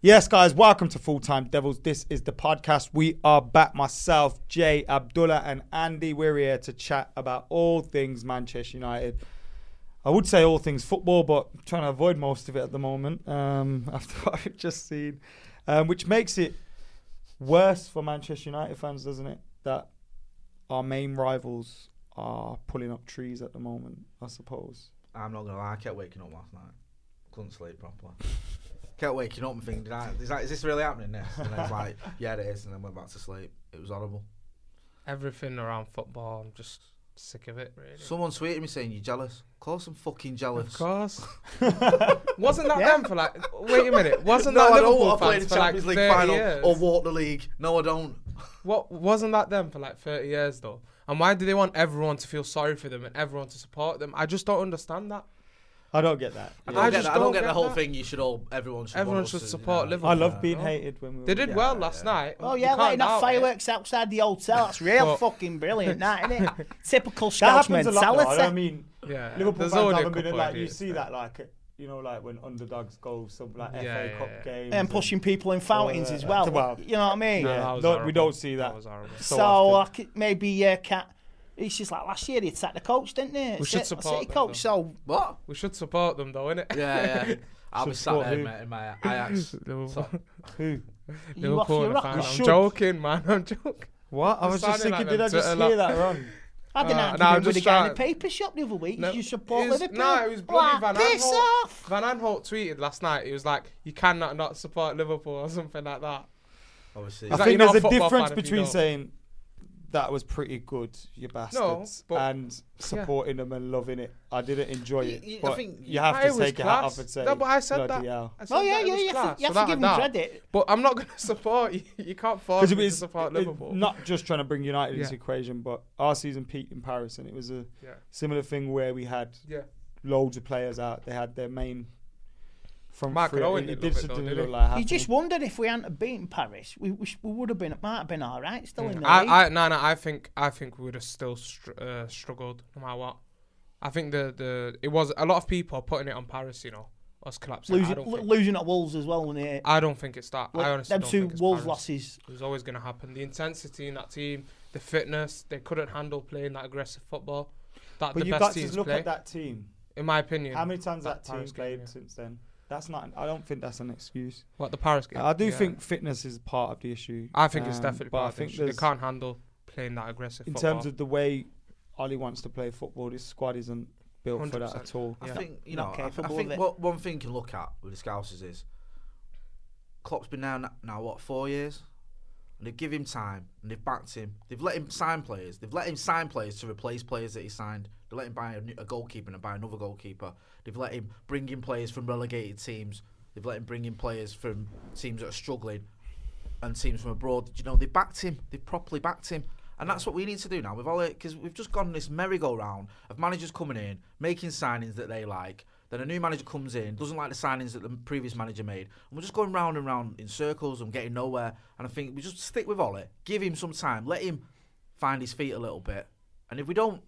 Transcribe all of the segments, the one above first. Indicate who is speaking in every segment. Speaker 1: Yes, guys, welcome to Full Time Devils. This is the podcast. We are back, myself, Jay, Abdullah, and Andy. We're here to chat about all things Manchester United. I would say all things football, but I'm trying to avoid most of it at the moment um, after what I've just seen, um, which makes it worse for Manchester United fans, doesn't it? That our main rivals are pulling up trees at the moment, I suppose.
Speaker 2: I'm not gonna lie, I kept waking up last night. Couldn't sleep properly. kept waking up and thinking, did I, is, that, is this really happening? This and it's like, yeah, it is. And then went back to sleep. It was horrible.
Speaker 3: everything around football. I'm just sick of it, really.
Speaker 2: Someone tweeted me saying, "You're jealous." Of course, I'm fucking jealous.
Speaker 3: of course. Wasn't that them for like? Wait a minute. Wasn't
Speaker 2: No,
Speaker 3: that
Speaker 2: I don't
Speaker 3: Liverpool
Speaker 2: want to play the
Speaker 3: fans for like
Speaker 2: Champions
Speaker 3: 30
Speaker 2: League final
Speaker 3: years?
Speaker 2: or walk the league. No, I don't.
Speaker 3: What wasn't that them for like 30 years though? And why do they want everyone to feel sorry for them and everyone to support them? I just don't understand that.
Speaker 1: I don't get that.
Speaker 2: I don't, get,
Speaker 3: just
Speaker 2: that. I don't
Speaker 3: don't
Speaker 2: get, the
Speaker 3: get
Speaker 2: whole
Speaker 3: that.
Speaker 2: thing. You should all, everyone should.
Speaker 3: Everyone
Speaker 2: want us
Speaker 3: should
Speaker 2: to,
Speaker 3: support
Speaker 2: you know.
Speaker 3: Liverpool.
Speaker 1: I love being
Speaker 3: No.
Speaker 1: hated when we
Speaker 3: They did well last night.
Speaker 4: Oh
Speaker 3: You
Speaker 4: yeah,
Speaker 3: can't
Speaker 4: lighting
Speaker 3: doubt
Speaker 4: up
Speaker 3: it.
Speaker 4: fireworks outside the hotel. That's real
Speaker 3: But-
Speaker 4: fucking brilliant, that isn't it? Typical
Speaker 1: That
Speaker 4: Scots
Speaker 1: happens a lot. Though. I
Speaker 4: mentality.
Speaker 1: don't mean,
Speaker 3: Yeah,
Speaker 1: Liverpool
Speaker 3: there's
Speaker 1: fans
Speaker 3: already a
Speaker 1: haven't been in,
Speaker 3: couple
Speaker 1: like you
Speaker 3: ideas
Speaker 1: see
Speaker 3: there.
Speaker 1: that like uh, you know like when underdogs go some like
Speaker 3: Yeah,
Speaker 1: FA
Speaker 3: yeah,
Speaker 1: Cup
Speaker 3: yeah.
Speaker 1: games
Speaker 4: and pushing people in fountains
Speaker 1: yeah.
Speaker 4: as well.
Speaker 1: Well,
Speaker 4: you know what I mean?
Speaker 3: No, that was
Speaker 1: No, we
Speaker 3: horrible.
Speaker 1: don't see that.
Speaker 3: was horrible.
Speaker 1: So-
Speaker 4: So,
Speaker 1: often.
Speaker 4: like, maybe yeah, cat. It's just like last year he attacked the coach, didn't he?
Speaker 3: We
Speaker 4: City-
Speaker 3: should support
Speaker 4: City
Speaker 3: them,
Speaker 4: coach. So
Speaker 2: What?
Speaker 3: We should support them though, innit?
Speaker 2: Yeah, yeah. I'll be sat
Speaker 1: Support
Speaker 2: there
Speaker 1: who?
Speaker 2: in my, in my Ajax.
Speaker 3: Liverpool,
Speaker 1: Who?
Speaker 4: you off
Speaker 3: Liverpool
Speaker 4: your
Speaker 3: and a
Speaker 4: rock.
Speaker 3: fan.
Speaker 4: You
Speaker 3: I'm
Speaker 4: should.
Speaker 3: joking, man. I'm joking.
Speaker 1: What? I was just
Speaker 3: sounded like
Speaker 1: thinking, did I
Speaker 3: them
Speaker 1: just
Speaker 3: to a
Speaker 1: hear
Speaker 3: lot.
Speaker 1: that wrong?
Speaker 4: I didn't
Speaker 3: Uh,
Speaker 4: argue
Speaker 3: no, I'm
Speaker 4: with the
Speaker 3: just
Speaker 4: guy in the
Speaker 3: trying-
Speaker 4: paper shop the other week.
Speaker 3: No,
Speaker 4: you support
Speaker 3: it was-
Speaker 4: Liverpool.
Speaker 3: No, it was bloody
Speaker 4: Like,
Speaker 3: Van
Speaker 4: Piss
Speaker 3: Aanholt.
Speaker 4: off.
Speaker 3: Van Aanholt tweeted last night. He was like, "You cannot not support Liverpool" or something like that.
Speaker 2: Obviously,
Speaker 3: Is
Speaker 1: I
Speaker 3: that
Speaker 1: think
Speaker 3: you're not
Speaker 1: there's a
Speaker 3: a football
Speaker 1: difference
Speaker 3: fan if you
Speaker 1: between
Speaker 3: don't?
Speaker 1: saying that was pretty good, you bastards,
Speaker 3: but-
Speaker 1: and supporting them and loving it. I didn't enjoy
Speaker 2: You-
Speaker 1: it.
Speaker 2: you- I
Speaker 1: but
Speaker 2: think
Speaker 1: you have
Speaker 3: I
Speaker 1: to
Speaker 3: was
Speaker 1: take your hat
Speaker 3: class.
Speaker 1: off and say,
Speaker 3: No, but I said
Speaker 1: bloody
Speaker 3: that.
Speaker 1: hell.
Speaker 3: I said
Speaker 4: Oh yeah,
Speaker 3: that it
Speaker 4: yeah,
Speaker 3: was
Speaker 4: you have
Speaker 3: class,
Speaker 4: to, you have
Speaker 3: so
Speaker 4: to
Speaker 3: that
Speaker 4: give
Speaker 3: I
Speaker 4: him
Speaker 3: doubt.
Speaker 4: credit.
Speaker 3: But I'm not going to support you. You can't force
Speaker 1: Because it
Speaker 3: me to
Speaker 1: was
Speaker 3: support
Speaker 1: it- it-
Speaker 3: Liverpool.
Speaker 1: not just trying to bring United into
Speaker 3: Yeah.
Speaker 1: the equation, but our season peaked in Paris, and it was a
Speaker 3: Yeah.
Speaker 1: similar thing where we had
Speaker 3: Yeah.
Speaker 1: loads of players out. They had their main front
Speaker 3: Mark
Speaker 1: three.
Speaker 3: Owen
Speaker 1: It, it
Speaker 3: did love
Speaker 1: did
Speaker 3: it
Speaker 1: sort
Speaker 3: though,
Speaker 1: of
Speaker 3: didn't
Speaker 1: look
Speaker 3: he?
Speaker 1: like
Speaker 4: You
Speaker 1: happening.
Speaker 4: just wondered if we hadn't have beaten Paris, we, we, sh- we would have been might have been all right, still in the league.
Speaker 3: I, I, no, no. I think, I think we would have still str- uh, struggled no matter what. I think the, the it was a lot of people are putting it on Paris. You know, us collapsing. I
Speaker 4: losing,
Speaker 3: don't
Speaker 4: lo-
Speaker 3: think.
Speaker 4: losing at Wolves as well. When
Speaker 3: I don't think it's that. I honestly
Speaker 4: them
Speaker 3: don't
Speaker 4: two
Speaker 3: think it's
Speaker 4: Wolves
Speaker 3: Paris.
Speaker 4: losses,
Speaker 3: It was always going to happen. The intensity in that team, the fitness, they couldn't handle playing that aggressive football. That
Speaker 1: But
Speaker 3: the
Speaker 1: you've
Speaker 3: best
Speaker 1: got to
Speaker 3: teams
Speaker 1: look
Speaker 3: play,
Speaker 1: at that team.
Speaker 3: in my opinion.
Speaker 1: How many times that, team
Speaker 3: Paris game,
Speaker 1: played
Speaker 3: yeah.
Speaker 1: since then? That's not. I don't think that's an excuse.
Speaker 3: What the Paris game?
Speaker 1: I do
Speaker 3: Yeah.
Speaker 1: think fitness is part of the issue.
Speaker 3: I think it's
Speaker 1: um,
Speaker 3: definitely.
Speaker 1: But
Speaker 3: part
Speaker 1: I
Speaker 3: of the
Speaker 1: think
Speaker 3: issue. they
Speaker 1: there's-
Speaker 3: can't handle playing that aggressive.
Speaker 1: in
Speaker 3: football.
Speaker 1: terms of the way Ollie wants to play football, this squad isn't built for that
Speaker 3: 100%.
Speaker 1: at all.
Speaker 2: I think you know.
Speaker 4: Not
Speaker 2: I, I
Speaker 4: capable
Speaker 2: think
Speaker 4: of it.
Speaker 2: what, one thing you can look at with the Scousers is Klopp's been now now what four years. and they've given him time and they've backed him. They've let him sign players. They've let him sign players to replace players that he signed. They let him buy a, new- a goalkeeper and buy another goalkeeper. They've let him bring in players from relegated teams. They've let him bring in players from teams that are struggling and teams from abroad. You know, they backed him. They properly backed him. And that's what we need to do now. We've all because we've just gone this merry-go-round of managers coming in, making signings that they like. Then a new manager comes in, doesn't like the signings that the previous manager made, and we're just going round and round in circles and getting nowhere. And I think we just stick with Ole, give him some time, let him find his feet a little bit. And if we don't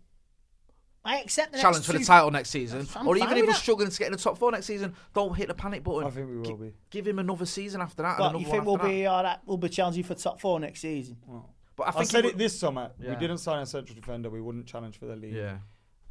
Speaker 4: I accept the
Speaker 2: challenge
Speaker 4: next
Speaker 2: for the
Speaker 4: two-
Speaker 2: title next season,
Speaker 4: I'm
Speaker 2: or
Speaker 4: fine
Speaker 2: even
Speaker 4: with
Speaker 2: if we're
Speaker 4: that.
Speaker 2: struggling to get in the top four next season, don't hit the panic button.
Speaker 1: I think we will
Speaker 2: Gi-
Speaker 1: be.
Speaker 2: Give him another season after that. and
Speaker 4: But
Speaker 2: another
Speaker 4: you
Speaker 2: one
Speaker 4: think we'll
Speaker 2: after that.
Speaker 4: be all right? We'll be challenging for top four next season.
Speaker 2: But I,
Speaker 1: I
Speaker 2: think
Speaker 1: said
Speaker 2: will-
Speaker 1: it this summer.
Speaker 2: Yeah.
Speaker 1: We didn't sign a central defender. We wouldn't challenge for the league.
Speaker 2: Yeah.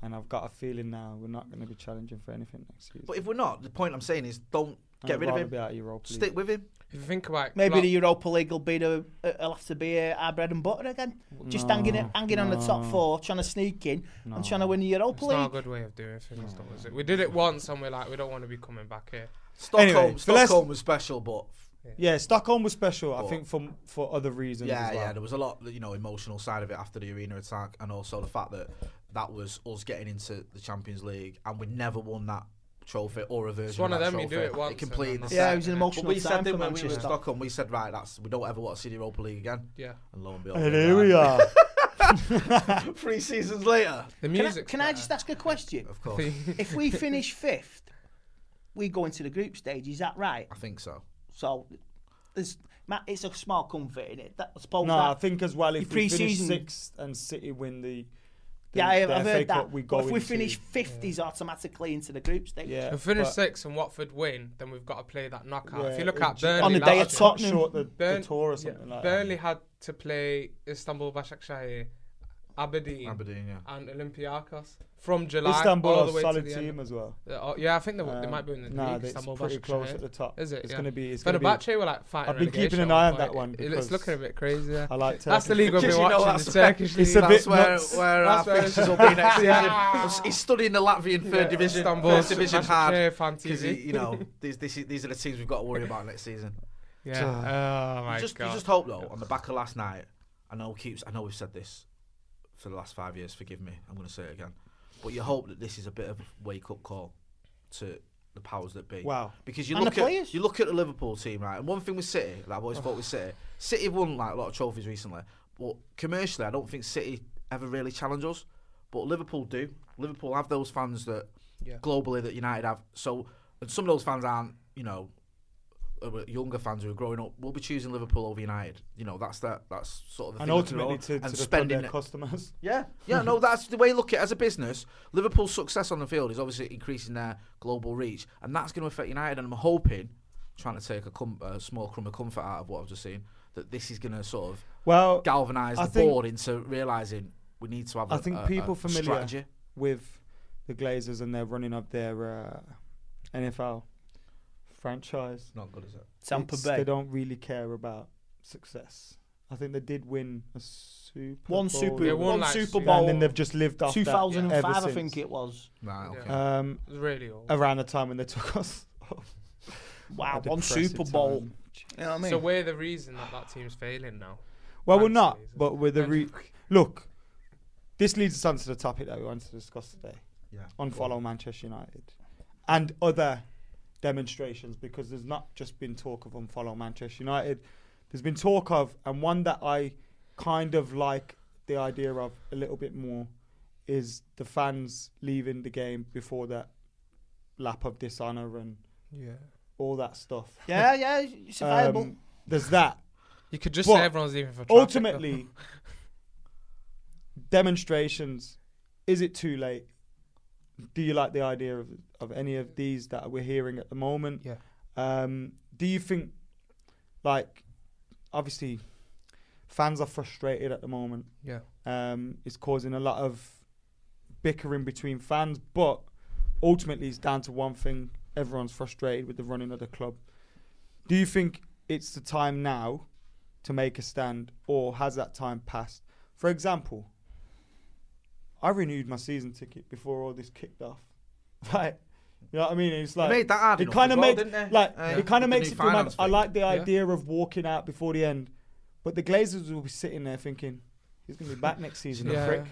Speaker 1: And I've got a feeling now we're not going to be challenging for anything next season.
Speaker 2: But if we're not, the point I'm saying is don't
Speaker 1: I'd
Speaker 2: get rid of
Speaker 1: rather
Speaker 2: him.
Speaker 1: be out of Europa League.
Speaker 2: Stick with him.
Speaker 3: If you think about it,
Speaker 4: Maybe
Speaker 3: like,
Speaker 4: the Europa League will be the uh, will have to be uh, our bread and butter again. Just hanging it, hanging on the top four, trying to sneak in and trying to win the Europa
Speaker 3: it's
Speaker 4: League.
Speaker 3: not a good way of doing things, though, is it? We did it once, and we're like, we don't want to be coming back here.
Speaker 2: Stockholm,
Speaker 1: Anyway, so let's-
Speaker 2: Stockholm was special, but
Speaker 1: yeah, Stockholm was special. I think for for other reasons.
Speaker 2: yeah,
Speaker 1: as well.
Speaker 2: yeah, there was a lot, you know, emotional side of it after the arena attack, and also the fact that that was us getting into the Champions League, and we never won that trophy or a version.
Speaker 3: one
Speaker 2: of,
Speaker 3: of
Speaker 2: that
Speaker 3: them, you do
Speaker 2: trophy.
Speaker 3: it once and
Speaker 2: completed
Speaker 3: then
Speaker 2: the
Speaker 4: yeah,
Speaker 2: set.
Speaker 4: it was an
Speaker 2: But
Speaker 4: emotional
Speaker 2: we
Speaker 4: time
Speaker 2: said
Speaker 4: for
Speaker 2: that when we were in
Speaker 4: Manchester.
Speaker 2: Stockholm, we said right, that's we don't ever want to see the Europa League again.
Speaker 3: Yeah.
Speaker 2: And lo and behold,
Speaker 1: And here we are.
Speaker 2: are. Three seasons later,
Speaker 3: The
Speaker 4: Can, I,
Speaker 3: music.
Speaker 4: can I just ask a question?
Speaker 2: of course.
Speaker 4: if we finish fifth, we go into the group stage. Is that right?
Speaker 2: I think so.
Speaker 4: So, there's, Matt, it's a small comfort in it. That, I suppose.
Speaker 1: no,
Speaker 4: that,
Speaker 1: I think as well if we finish
Speaker 4: pre-season-
Speaker 1: sixth and City win the, the
Speaker 4: yeah, I,
Speaker 1: the
Speaker 4: I've
Speaker 1: FA
Speaker 4: heard
Speaker 1: Cup,
Speaker 4: that.
Speaker 1: we
Speaker 4: But
Speaker 1: go
Speaker 4: if we
Speaker 1: into-
Speaker 4: finish fifth, he's automatically into the group stage.
Speaker 1: yeah,
Speaker 3: If we finish
Speaker 1: but-
Speaker 3: sixth and Watford win, then we've got to play that knockout. if
Speaker 1: yeah,
Speaker 3: you look
Speaker 1: it
Speaker 3: at
Speaker 1: ju-
Speaker 3: Burnley,
Speaker 4: On the
Speaker 3: last
Speaker 4: day
Speaker 3: year,
Speaker 4: of Tottenham.
Speaker 1: short the,
Speaker 3: Burn-
Speaker 1: the tour or
Speaker 3: yeah,
Speaker 1: something like
Speaker 3: Burnley
Speaker 1: that.
Speaker 3: had to play Istanbul Başakşehir, Aberdeen,
Speaker 2: Aberdeen, yeah.
Speaker 3: and Olympiacos from July
Speaker 1: Istanbul
Speaker 3: all
Speaker 1: are
Speaker 3: the
Speaker 1: a
Speaker 3: way
Speaker 1: solid
Speaker 3: to the
Speaker 1: team
Speaker 3: end.
Speaker 1: as well.
Speaker 3: Uh, oh, yeah, I think they, they
Speaker 1: Um,
Speaker 3: might be in the
Speaker 1: nah,
Speaker 3: league.
Speaker 1: it's
Speaker 3: Istanbul
Speaker 1: pretty
Speaker 3: Başakşehir.
Speaker 1: close at the top.
Speaker 3: Is it?
Speaker 1: It's
Speaker 3: yeah.
Speaker 1: gonna be- it's gonna be-
Speaker 3: Fenerbahce were like fighting.
Speaker 1: I've been
Speaker 3: relegation
Speaker 1: keeping an
Speaker 3: at
Speaker 1: eye
Speaker 3: one
Speaker 1: on that
Speaker 3: point.
Speaker 1: one
Speaker 3: It-
Speaker 1: because
Speaker 3: It's looking a bit crazy. Yeah.
Speaker 1: I like
Speaker 3: That's the
Speaker 1: Turkey.
Speaker 3: league we'll be
Speaker 2: Because you know
Speaker 3: watching.
Speaker 2: that's
Speaker 3: The Turkish
Speaker 1: It's
Speaker 3: league.
Speaker 1: a
Speaker 3: That's
Speaker 1: bit
Speaker 2: That's where,
Speaker 1: nuts.
Speaker 2: where our
Speaker 3: That's where-
Speaker 2: fixtures will be next season.
Speaker 3: Yeah.
Speaker 2: He's studying the Latvian third division,
Speaker 3: Istanbul,
Speaker 2: first division
Speaker 3: Manchester
Speaker 2: hard.
Speaker 3: fan
Speaker 2: Because
Speaker 3: TV.
Speaker 2: you know these, this, is- these are the teams we've got to worry about next season.
Speaker 3: Yeah. Oh my
Speaker 2: you just, you
Speaker 3: god.
Speaker 2: just hope though. On the back of last night, I know keeps. I know we've said this for the last five years. Forgive me. I'm going to say it again. But you hope that this is a bit of a wake up call to the powers that be.
Speaker 1: Wow.
Speaker 2: Because you
Speaker 4: And the
Speaker 2: look at
Speaker 4: players.
Speaker 2: you look at the Liverpool team, right? And one thing with City, like I've always thought with City, City have won like a lot of trophies recently. But commercially, I don't think City ever really challenge us. But Liverpool do. Liverpool have those fans that globally that United have. So and some of those fans aren't, you know, uh, well, younger fans who are growing up will be choosing Liverpool over United. You know, that's that. That's sort of the
Speaker 1: and
Speaker 2: thing that's going
Speaker 1: ultimately
Speaker 2: on.
Speaker 1: to, to
Speaker 2: and
Speaker 1: the
Speaker 2: spending
Speaker 1: their
Speaker 2: it-
Speaker 1: customers.
Speaker 2: Yeah, yeah. No, that's the way. you Look at it as a business. Liverpool's success on the field is obviously increasing their global reach, and that's going to affect United. And I'm hoping, trying to take a, com- a small crumb of comfort out of what I've just seen, that this is going to sort of
Speaker 1: Well,
Speaker 2: galvanise
Speaker 1: I
Speaker 2: the
Speaker 1: think-
Speaker 2: board into realising we need to have.
Speaker 1: I
Speaker 2: a-
Speaker 1: think
Speaker 2: a-
Speaker 1: people
Speaker 2: a
Speaker 1: familiar
Speaker 2: strategy.
Speaker 1: with the Glazers and they're running up their uh, NFL franchise.
Speaker 2: Not good, is it?
Speaker 4: Tampa
Speaker 1: it's-
Speaker 4: Bay.
Speaker 1: They don't really care about success. I think they did win a Super
Speaker 4: One
Speaker 1: Bowl,
Speaker 4: Super,
Speaker 3: They
Speaker 1: didn't
Speaker 3: won
Speaker 4: one
Speaker 3: like
Speaker 4: Super
Speaker 3: six-
Speaker 4: Bowl.
Speaker 1: and then they've just lived off that
Speaker 4: 2005,
Speaker 1: ever
Speaker 4: I
Speaker 1: since.
Speaker 4: think it was.
Speaker 2: Right. Okay.
Speaker 1: Um,
Speaker 3: It's really old.
Speaker 1: around the time when they took us. off
Speaker 4: Wow,
Speaker 1: a
Speaker 4: one
Speaker 1: depressing
Speaker 4: Super Bowl.
Speaker 1: time.
Speaker 4: You know what I mean?
Speaker 3: So we're the reason that that team's failing now.
Speaker 1: Well, we're
Speaker 3: Thanks,
Speaker 1: not,
Speaker 3: Jesus.
Speaker 1: but we're the re- look. This leads us on to the topic that we wanted to discuss today.
Speaker 2: Yeah.
Speaker 1: on follow Manchester United and other demonstrations because there's not just been talk of unfollow Manchester United. There's been talk of, and one that I kind of like the idea of a little bit more is the fans leaving the game before that lap of dishonour and
Speaker 3: Yeah.
Speaker 1: all that stuff.
Speaker 4: yeah, yeah, it's available.
Speaker 1: Um, there's that.
Speaker 3: You could just
Speaker 1: But
Speaker 3: say everyone's leaving for traffic, though.
Speaker 1: Ultimately, demonstrations. Is it too late? Do you like the idea of, of any of these that we're hearing at the moment?
Speaker 3: Yeah.
Speaker 1: Um, do you think, like, obviously, fans are frustrated at the moment.
Speaker 3: Yeah.
Speaker 1: Um, it's causing a lot of bickering between fans, but ultimately, it's down to one thing: everyone's frustrated with the running of the club. Do you think it's the time now to make a stand, or has that time passed? For example, I renewed my season ticket before all this kicked off. Right. You know what I mean? It's like
Speaker 2: made that hard
Speaker 1: it
Speaker 2: enough
Speaker 1: kind
Speaker 2: as
Speaker 1: of
Speaker 2: well,
Speaker 1: makes
Speaker 2: didn't they?
Speaker 1: like
Speaker 2: Uh,
Speaker 1: it kind
Speaker 2: with the
Speaker 1: of makes
Speaker 2: new
Speaker 1: it feel. mad.
Speaker 2: finance
Speaker 1: I
Speaker 2: thing.
Speaker 1: like the idea of walking out before the end, But the Glazers will be sitting there thinking, he's going to be back next season, the
Speaker 3: Yeah,
Speaker 1: prick.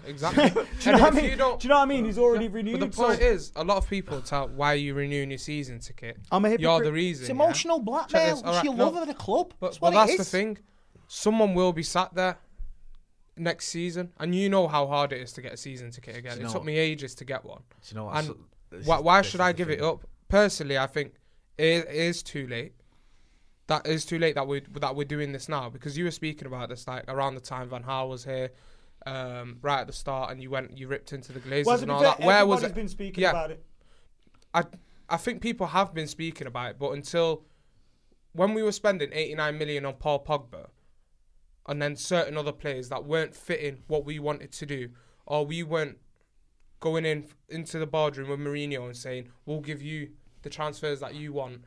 Speaker 3: exactly.
Speaker 1: Do you
Speaker 3: And
Speaker 1: know what
Speaker 3: if
Speaker 1: I mean?
Speaker 3: you don't-
Speaker 1: Do you know what I mean? He's already
Speaker 3: But
Speaker 1: renewed.
Speaker 3: the
Speaker 1: so-
Speaker 3: point is, a lot of people tell why are you renewing your season ticket.
Speaker 1: I'm a
Speaker 3: You're
Speaker 1: hypocrite.
Speaker 3: the reason.
Speaker 4: It's
Speaker 3: yeah?
Speaker 4: emotional blackmail.
Speaker 3: this,
Speaker 4: It's
Speaker 3: alright,
Speaker 4: your
Speaker 3: no.
Speaker 4: love of the club.
Speaker 3: But,
Speaker 4: that's
Speaker 3: but
Speaker 4: what
Speaker 3: that's
Speaker 4: it
Speaker 3: the
Speaker 4: is.
Speaker 3: thing. Someone will be sat there next season, and you know how hard it is to get a season ticket again.
Speaker 2: you
Speaker 3: it
Speaker 2: know
Speaker 3: took
Speaker 2: what?
Speaker 3: me ages to get one.
Speaker 2: Do you know what?
Speaker 3: And
Speaker 2: So- this
Speaker 3: why,
Speaker 2: is-
Speaker 3: why
Speaker 2: this
Speaker 3: should
Speaker 2: is
Speaker 3: I
Speaker 2: the
Speaker 3: give it
Speaker 2: thing.
Speaker 3: up? Personally, I think it is too late. That is too late that we that we're doing this now because you were speaking about this like around the time Van Gaal was here, um, right at the start, and you went you ripped into the Glazers
Speaker 1: Well, to
Speaker 3: and
Speaker 1: be
Speaker 3: all
Speaker 1: fair,
Speaker 3: that. Where was
Speaker 1: everybody's
Speaker 3: it?
Speaker 1: been speaking
Speaker 3: Yeah.
Speaker 1: about it.
Speaker 3: I I think people have been speaking about it, but until when we were spending 89 million on Paul Pogba and then certain other players that weren't fitting what we wanted to do, or we weren't going in into the boardroom with Mourinho and saying, "We'll give you the transfers that you want."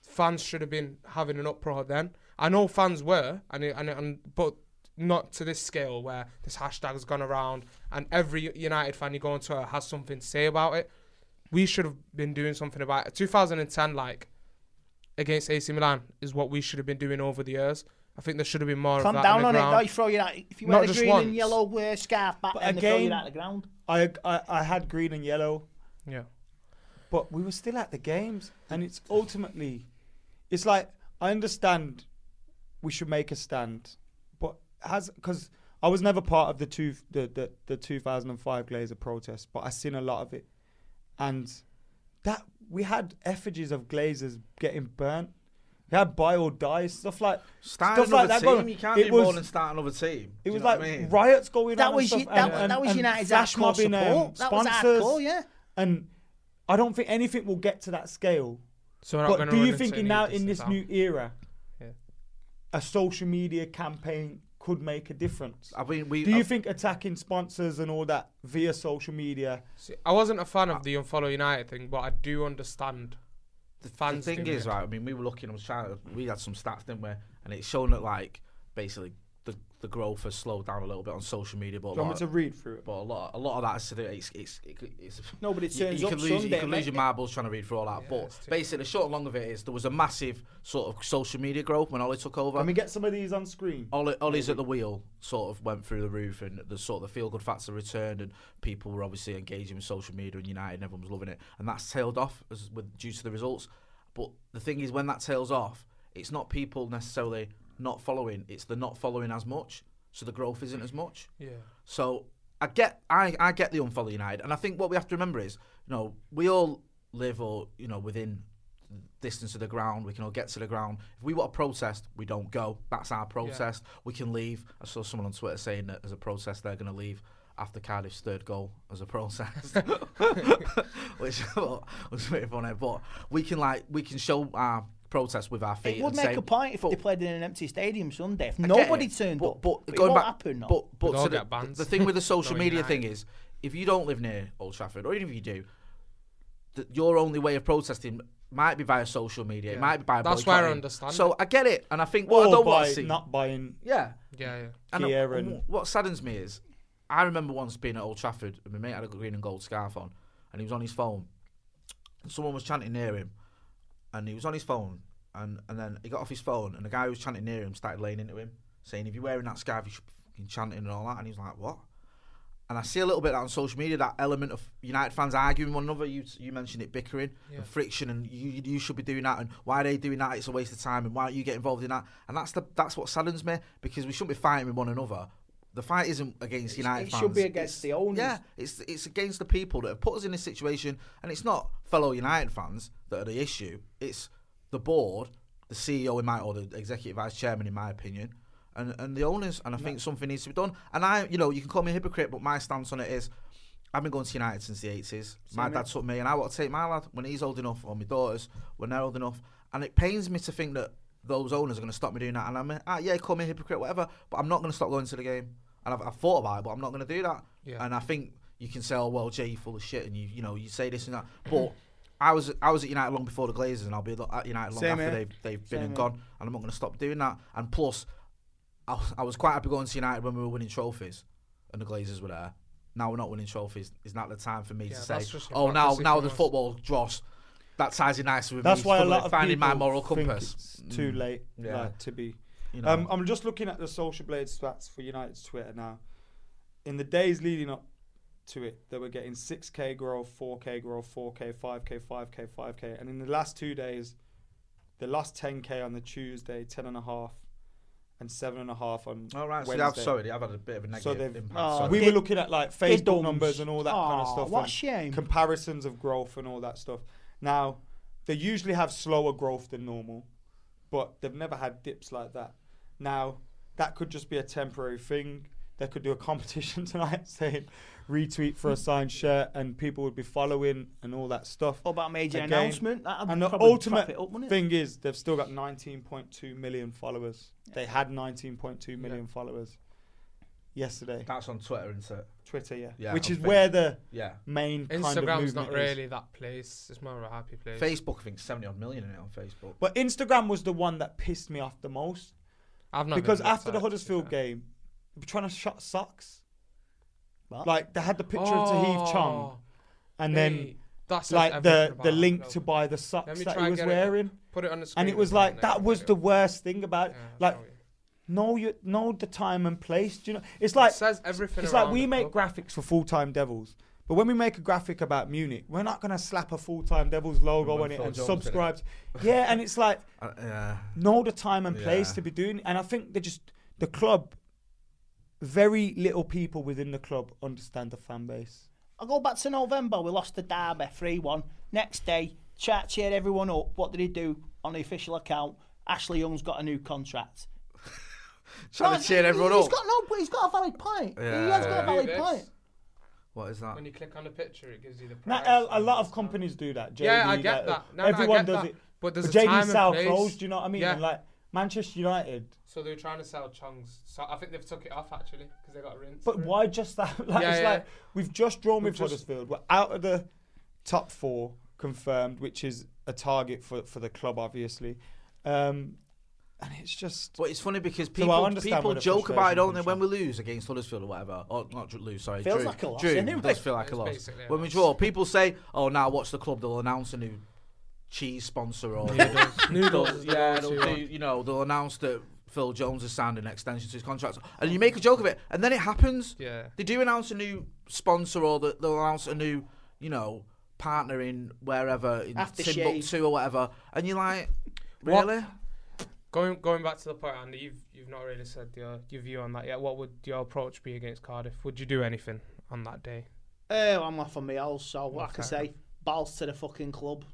Speaker 3: Fans should have been having an uproar then. I know fans were, and it, and, it, and but not to this scale where this hashtag has gone around and every United fan you go on Twitter has something to say about it we should have been doing something about it. 2010, like against AC Milan, is what we should have been doing over the years. I think there should have been more
Speaker 4: Calm
Speaker 3: of that.
Speaker 4: down
Speaker 3: on
Speaker 4: on
Speaker 3: the
Speaker 4: it.
Speaker 3: ground.
Speaker 4: Though. You throw you out. If you
Speaker 3: Not
Speaker 4: wear the
Speaker 3: just
Speaker 4: green
Speaker 3: once.
Speaker 4: and yellow uh, scarf back,
Speaker 1: But
Speaker 4: then they throw
Speaker 1: again-
Speaker 4: you out of the ground.
Speaker 1: I, I I had green and yellow,
Speaker 3: Yeah,
Speaker 1: but we were still at the games, and it's ultimately, it's like I understand we should make a stand, but has because I was never part of the two the, the the 2005 Glazer protest, but I seen a lot of it, and that we had effigies of Glazers getting burnt. We had buy or die stuff like
Speaker 2: Start
Speaker 1: stuff like
Speaker 2: another
Speaker 1: that.
Speaker 2: team.
Speaker 1: going-
Speaker 2: you can't
Speaker 1: it
Speaker 2: do
Speaker 1: was,
Speaker 2: more than start another
Speaker 1: It
Speaker 2: team. Do you
Speaker 1: was
Speaker 2: know what
Speaker 1: like
Speaker 2: I mean?
Speaker 1: riots going
Speaker 4: That
Speaker 1: on.
Speaker 4: was
Speaker 1: and
Speaker 4: you-
Speaker 1: stuff,
Speaker 4: that
Speaker 1: and,
Speaker 4: was-
Speaker 1: and,
Speaker 4: that was
Speaker 1: and
Speaker 4: United's
Speaker 1: flash
Speaker 4: hardcore
Speaker 1: mobbing and
Speaker 4: support. That was
Speaker 1: sponsors.
Speaker 4: hardcore, yeah.
Speaker 1: And I don't think anything will get to that scale.
Speaker 3: so we're not
Speaker 1: But
Speaker 3: gonna
Speaker 1: do
Speaker 3: run
Speaker 1: you
Speaker 3: into
Speaker 1: think in
Speaker 3: any
Speaker 1: now
Speaker 3: of
Speaker 1: in this
Speaker 3: now.
Speaker 1: new era,
Speaker 3: Yeah.
Speaker 1: a social media campaign could make a difference?
Speaker 2: I mean, we.
Speaker 1: Do you
Speaker 2: I've-
Speaker 1: think attacking sponsors and all that via social media?
Speaker 3: See, I wasn't a
Speaker 1: Uh,
Speaker 3: fan of the unfollow United thing, but I do understand the
Speaker 2: the
Speaker 3: fans.
Speaker 2: thing
Speaker 3: doing
Speaker 2: is,
Speaker 3: it.
Speaker 2: right? I mean, we were looking. I was trying. We had some stats, didn't we? And it's shown that like basically the the growth has slowed down a little bit on social media, but a
Speaker 1: Do you
Speaker 2: lot
Speaker 1: want me to
Speaker 2: of-
Speaker 1: read through it?
Speaker 2: But a lot, a lot of that is to do. It's, it's, it could- it's
Speaker 4: No, but it
Speaker 2: you-
Speaker 4: turns
Speaker 2: you
Speaker 4: up
Speaker 2: can lose,
Speaker 4: Sunday,
Speaker 2: You can
Speaker 4: mate.
Speaker 2: lose your marbles trying to read through all that. but basically, the short and long of it is there was a massive sort of social media growth when Ollie took over.
Speaker 1: Can we get some of these on screen?
Speaker 2: Ollie, Ollie's at the wheel sort of went through the roof, and the sort of the feel good factor returned, and people were obviously engaging with social media and United, and everyone was loving it, and that's tailed off as with due to the results. But the thing is, when that tails off, it's not people necessarily not following; it's they're not following as much, so the growth isn't as much. Yeah. So I get, I, I get the unfollow United, and I think what we have to remember is, you know, we all live or you know within distance to the ground. We can all get to the ground. If we want to protest, we don't go. That's our protest. We can leave. I saw someone on Twitter saying that as a protest, they're going to leave after Cardiff's third goal as a protest, which I thought was a bit funny. But we can like we can show our protest with our feet.
Speaker 4: It would
Speaker 2: and
Speaker 4: make
Speaker 2: say-
Speaker 4: a point if
Speaker 2: but-
Speaker 4: they played in an empty stadium Sunday. If
Speaker 2: I get
Speaker 4: nobody
Speaker 2: it,
Speaker 4: turned up,
Speaker 2: But,
Speaker 4: it
Speaker 2: going
Speaker 4: won't
Speaker 2: back,
Speaker 4: happen. no.
Speaker 2: But but
Speaker 3: We'd all
Speaker 2: to the,
Speaker 3: get banned.
Speaker 2: the thing with the social
Speaker 3: Not
Speaker 2: media
Speaker 3: United.
Speaker 2: thing is, if you don't live near Old Trafford, or even if you do, th- your only way of protesting might be via social media. It might be by
Speaker 3: That's where I
Speaker 2: boycotting.
Speaker 3: understand
Speaker 2: So
Speaker 3: it.
Speaker 2: I get it, and I think what
Speaker 1: Or
Speaker 2: I don't want
Speaker 1: by
Speaker 2: to see.
Speaker 1: not buying
Speaker 2: yeah,
Speaker 3: yeah, yeah.
Speaker 2: and I-
Speaker 1: Kieran.
Speaker 2: and wh- what saddens me is, I remember once being at Old Trafford, and my mate had a green and gold scarf on, and he was on his phone, and someone was chanting near him, and he was on his phone, and, and then he got off his phone, and the guy who was chanting near him started laying into him, saying, "If you're wearing that scarf, you should be fucking chanting and all that," and he was like, "What?" And I see a little bit of that on social media, that element of United fans arguing with one another. You you mentioned it, bickering and friction, and you you should be doing that, and why are they doing that? It's a waste of time, and why don't you get involved in that? And that's the that's what saddens me because we shouldn't be fighting with one another. The fight isn't against United
Speaker 4: it
Speaker 2: fans.
Speaker 4: should be against
Speaker 2: It's-
Speaker 4: the owners.
Speaker 2: Yeah, it's it's against the people that have put us in this situation, and it's not fellow United fans that are the issue. It's the board, the CEO in my or the executive vice chairman in my opinion, and and the owners. And I think something needs to be done. And I, you know, you can call me a hypocrite, but my stance on it is. I've been going to United since the 80s. My dad took me, and I want to take my lad when he's old enough, or my daughters when they're old enough. And it pains me to think that those owners are going to stop me doing that. And I'm, ah, yeah, call me a hypocrite, whatever, but I'm not going to stop going to the game. And I've, I've thought about it, but I'm not going to do that.
Speaker 3: Yeah.
Speaker 2: And I think you can say, oh, well, Jay, you're full of shit, and you, you know, you say this and that. But I was I was at United long before the Glazers, and I'll be at United long
Speaker 1: Same
Speaker 2: after
Speaker 1: here.
Speaker 2: they've, they've been and gone. And I'm not going to stop doing that. And plus, I was, I was quite happy going to United when we were winning trophies and the Glazers were there. Now we're not winning trophies. It's not the time for me
Speaker 3: Yeah,
Speaker 2: to say,
Speaker 3: that's just
Speaker 2: oh, now
Speaker 3: hypocrisy
Speaker 2: now
Speaker 3: from
Speaker 2: the
Speaker 3: us."
Speaker 2: football dross. That ties in nicely with
Speaker 1: That's
Speaker 2: me
Speaker 1: why a
Speaker 2: fully
Speaker 1: lot of
Speaker 2: finding
Speaker 1: people
Speaker 2: my moral
Speaker 1: think
Speaker 2: compass. Mm.
Speaker 1: It's too late
Speaker 2: Yeah.
Speaker 1: like, to be.
Speaker 2: You know.
Speaker 1: Um, I'm just looking at the social blade stats for United's Twitter now. In the days leading up to it, they were getting 6k growth, 4k growth, 4k, 5k, 5k, 5k, and in the last two days, the last 10k on the Tuesday, 10 and a half, and seven and a half on.
Speaker 2: All right, so
Speaker 1: Wednesday.
Speaker 2: they have, sorry, they have had a bit of a
Speaker 1: So
Speaker 2: negative
Speaker 1: they've,
Speaker 2: impact.
Speaker 4: Oh,
Speaker 2: sorry.
Speaker 1: we
Speaker 4: did-
Speaker 1: were looking at like Facebook
Speaker 4: diddums.
Speaker 1: numbers and all that kind of
Speaker 4: Aw,
Speaker 1: stuff.
Speaker 4: what
Speaker 1: and
Speaker 4: shame.
Speaker 1: Comparisons of growth and all that stuff. Now, they usually have slower growth than normal, but they've never had dips like that. Now, that could just be a temporary thing. They could do a competition tonight saying retweet for a signed shirt and people would be following and all that stuff.
Speaker 4: What about a Oh, major
Speaker 1: Again,
Speaker 4: announcement? That'd
Speaker 1: and the
Speaker 4: probably prop
Speaker 1: ultimate
Speaker 4: it up, wouldn't it?
Speaker 1: thing is they've still got 19.2 million followers. They had 19.2 million followers yesterday.
Speaker 2: That's on Twitter, isn't it?
Speaker 1: Twitter, yeah.
Speaker 2: Yeah,
Speaker 1: Which
Speaker 2: on
Speaker 1: is where the
Speaker 2: Yeah.
Speaker 1: main kind of
Speaker 3: Instagram's
Speaker 1: movement
Speaker 3: not
Speaker 1: is.
Speaker 3: really that place. It's more of a happy place.
Speaker 2: Facebook, I think, 70 odd million in it on Facebook.
Speaker 1: But Instagram was the one that pissed me off the most
Speaker 3: I've not
Speaker 1: because
Speaker 3: even looked
Speaker 1: after the
Speaker 3: at it, to be
Speaker 1: Huddersfield
Speaker 3: fair.
Speaker 1: game, they were trying to shut socks.
Speaker 4: What?
Speaker 1: Like they had the picture of Tahib Chong,
Speaker 3: Oh,
Speaker 1: and
Speaker 3: mate,
Speaker 1: then
Speaker 3: that says
Speaker 1: like the
Speaker 3: everything about
Speaker 1: the
Speaker 3: that
Speaker 1: link
Speaker 3: club.
Speaker 1: to buy the
Speaker 3: Let
Speaker 1: socks
Speaker 3: me
Speaker 1: that
Speaker 3: try
Speaker 1: he
Speaker 3: and
Speaker 1: was
Speaker 3: get it.
Speaker 1: we'll
Speaker 3: Put it on the screen.
Speaker 1: and it was
Speaker 3: as well,
Speaker 1: like
Speaker 3: innit?
Speaker 1: that
Speaker 3: Get
Speaker 1: was
Speaker 3: it
Speaker 1: the
Speaker 3: up.
Speaker 1: worst thing about it.
Speaker 3: Yeah, I
Speaker 1: like
Speaker 3: know
Speaker 1: know
Speaker 3: you.
Speaker 1: you know the time and place. Do you know? It's like
Speaker 3: says everything
Speaker 1: It's like
Speaker 3: around
Speaker 1: we
Speaker 3: the
Speaker 1: make
Speaker 3: club.
Speaker 1: graphics for full time devils, but when we make a graphic about Munich, we're not gonna slap a full time devils logo
Speaker 2: When
Speaker 1: on it
Speaker 2: Phil
Speaker 1: and
Speaker 2: Jones did it.
Speaker 1: subscribe. Yeah, and it's like
Speaker 2: Uh, yeah.
Speaker 1: know the time and place
Speaker 2: Yeah.
Speaker 1: to be doing. it. And I think they just the club. Very little people within the club understand the fan base.
Speaker 4: I go back to November. We lost the derby three one. Next day, chat cheered everyone up. What did he do on the official account? Ashley Young's got a new contract.
Speaker 2: Trying to cheer everyone
Speaker 4: he's
Speaker 2: up.
Speaker 4: Got no, he's got a valid point. he
Speaker 2: Yeah,
Speaker 4: has got
Speaker 2: yeah.
Speaker 4: a valid
Speaker 3: This,
Speaker 4: point.
Speaker 2: What is that?
Speaker 3: When you click on the picture, it gives you the price.
Speaker 1: Now, a, a
Speaker 3: and
Speaker 1: lot
Speaker 3: it's
Speaker 1: of
Speaker 3: like-
Speaker 1: companies do that. JD,
Speaker 3: Yeah, I
Speaker 1: like,
Speaker 3: get that. No, no, I
Speaker 1: everyone
Speaker 3: get
Speaker 1: does
Speaker 3: that.
Speaker 1: it.
Speaker 3: But there's a
Speaker 1: JD
Speaker 3: time and
Speaker 1: South
Speaker 3: place.
Speaker 1: closed. Do you know what I mean?
Speaker 3: Yeah.
Speaker 1: And like Manchester United.
Speaker 3: So they were trying to sell Chong's. So I think they've took it off actually because they got rinsed.
Speaker 1: But
Speaker 3: for it.
Speaker 1: why just that? Like,
Speaker 3: Mm. Yeah,
Speaker 1: it's
Speaker 3: yeah.
Speaker 1: like we've just drawn with
Speaker 3: just-
Speaker 1: Huddersfield. We're out of the top four confirmed, which is a target for for the club, obviously. Um, and it's just
Speaker 2: But it's funny because
Speaker 1: I
Speaker 2: people
Speaker 1: understand
Speaker 2: people
Speaker 1: where the
Speaker 2: joke about
Speaker 1: frustration
Speaker 2: it, don't they?
Speaker 1: comes
Speaker 2: When we lose against Huddersfield or whatever, or not dr- lose, sorry,
Speaker 4: Feels
Speaker 2: drew,
Speaker 4: like a loss,
Speaker 2: drew,
Speaker 4: anyway.
Speaker 2: does feel like a
Speaker 3: It's
Speaker 2: loss.
Speaker 3: basically a
Speaker 2: When we
Speaker 3: loss.
Speaker 2: draw, people say, "Oh, now watch the club. They'll announce a new cheese sponsor or
Speaker 3: Noodles,
Speaker 2: yeah, they'll
Speaker 3: the go-to
Speaker 2: do,
Speaker 3: one.
Speaker 2: you know, they'll announce that." Phil Jones has signed an extension to his contract, and you make a joke of it, and then it happens.
Speaker 3: Yeah.
Speaker 2: they do announce a new sponsor, or that they'll announce a new, you know, partner in wherever in
Speaker 4: Aftershave.
Speaker 2: Timbuktu or whatever, and you're like,
Speaker 3: What?
Speaker 2: really?
Speaker 3: Going going back to the point, Andy, you've you've not really said your your view on that yet. What would your approach be against Cardiff? Would you do anything on that day?
Speaker 4: Oh, I'm off on me also. Like I say, balls to the fucking club.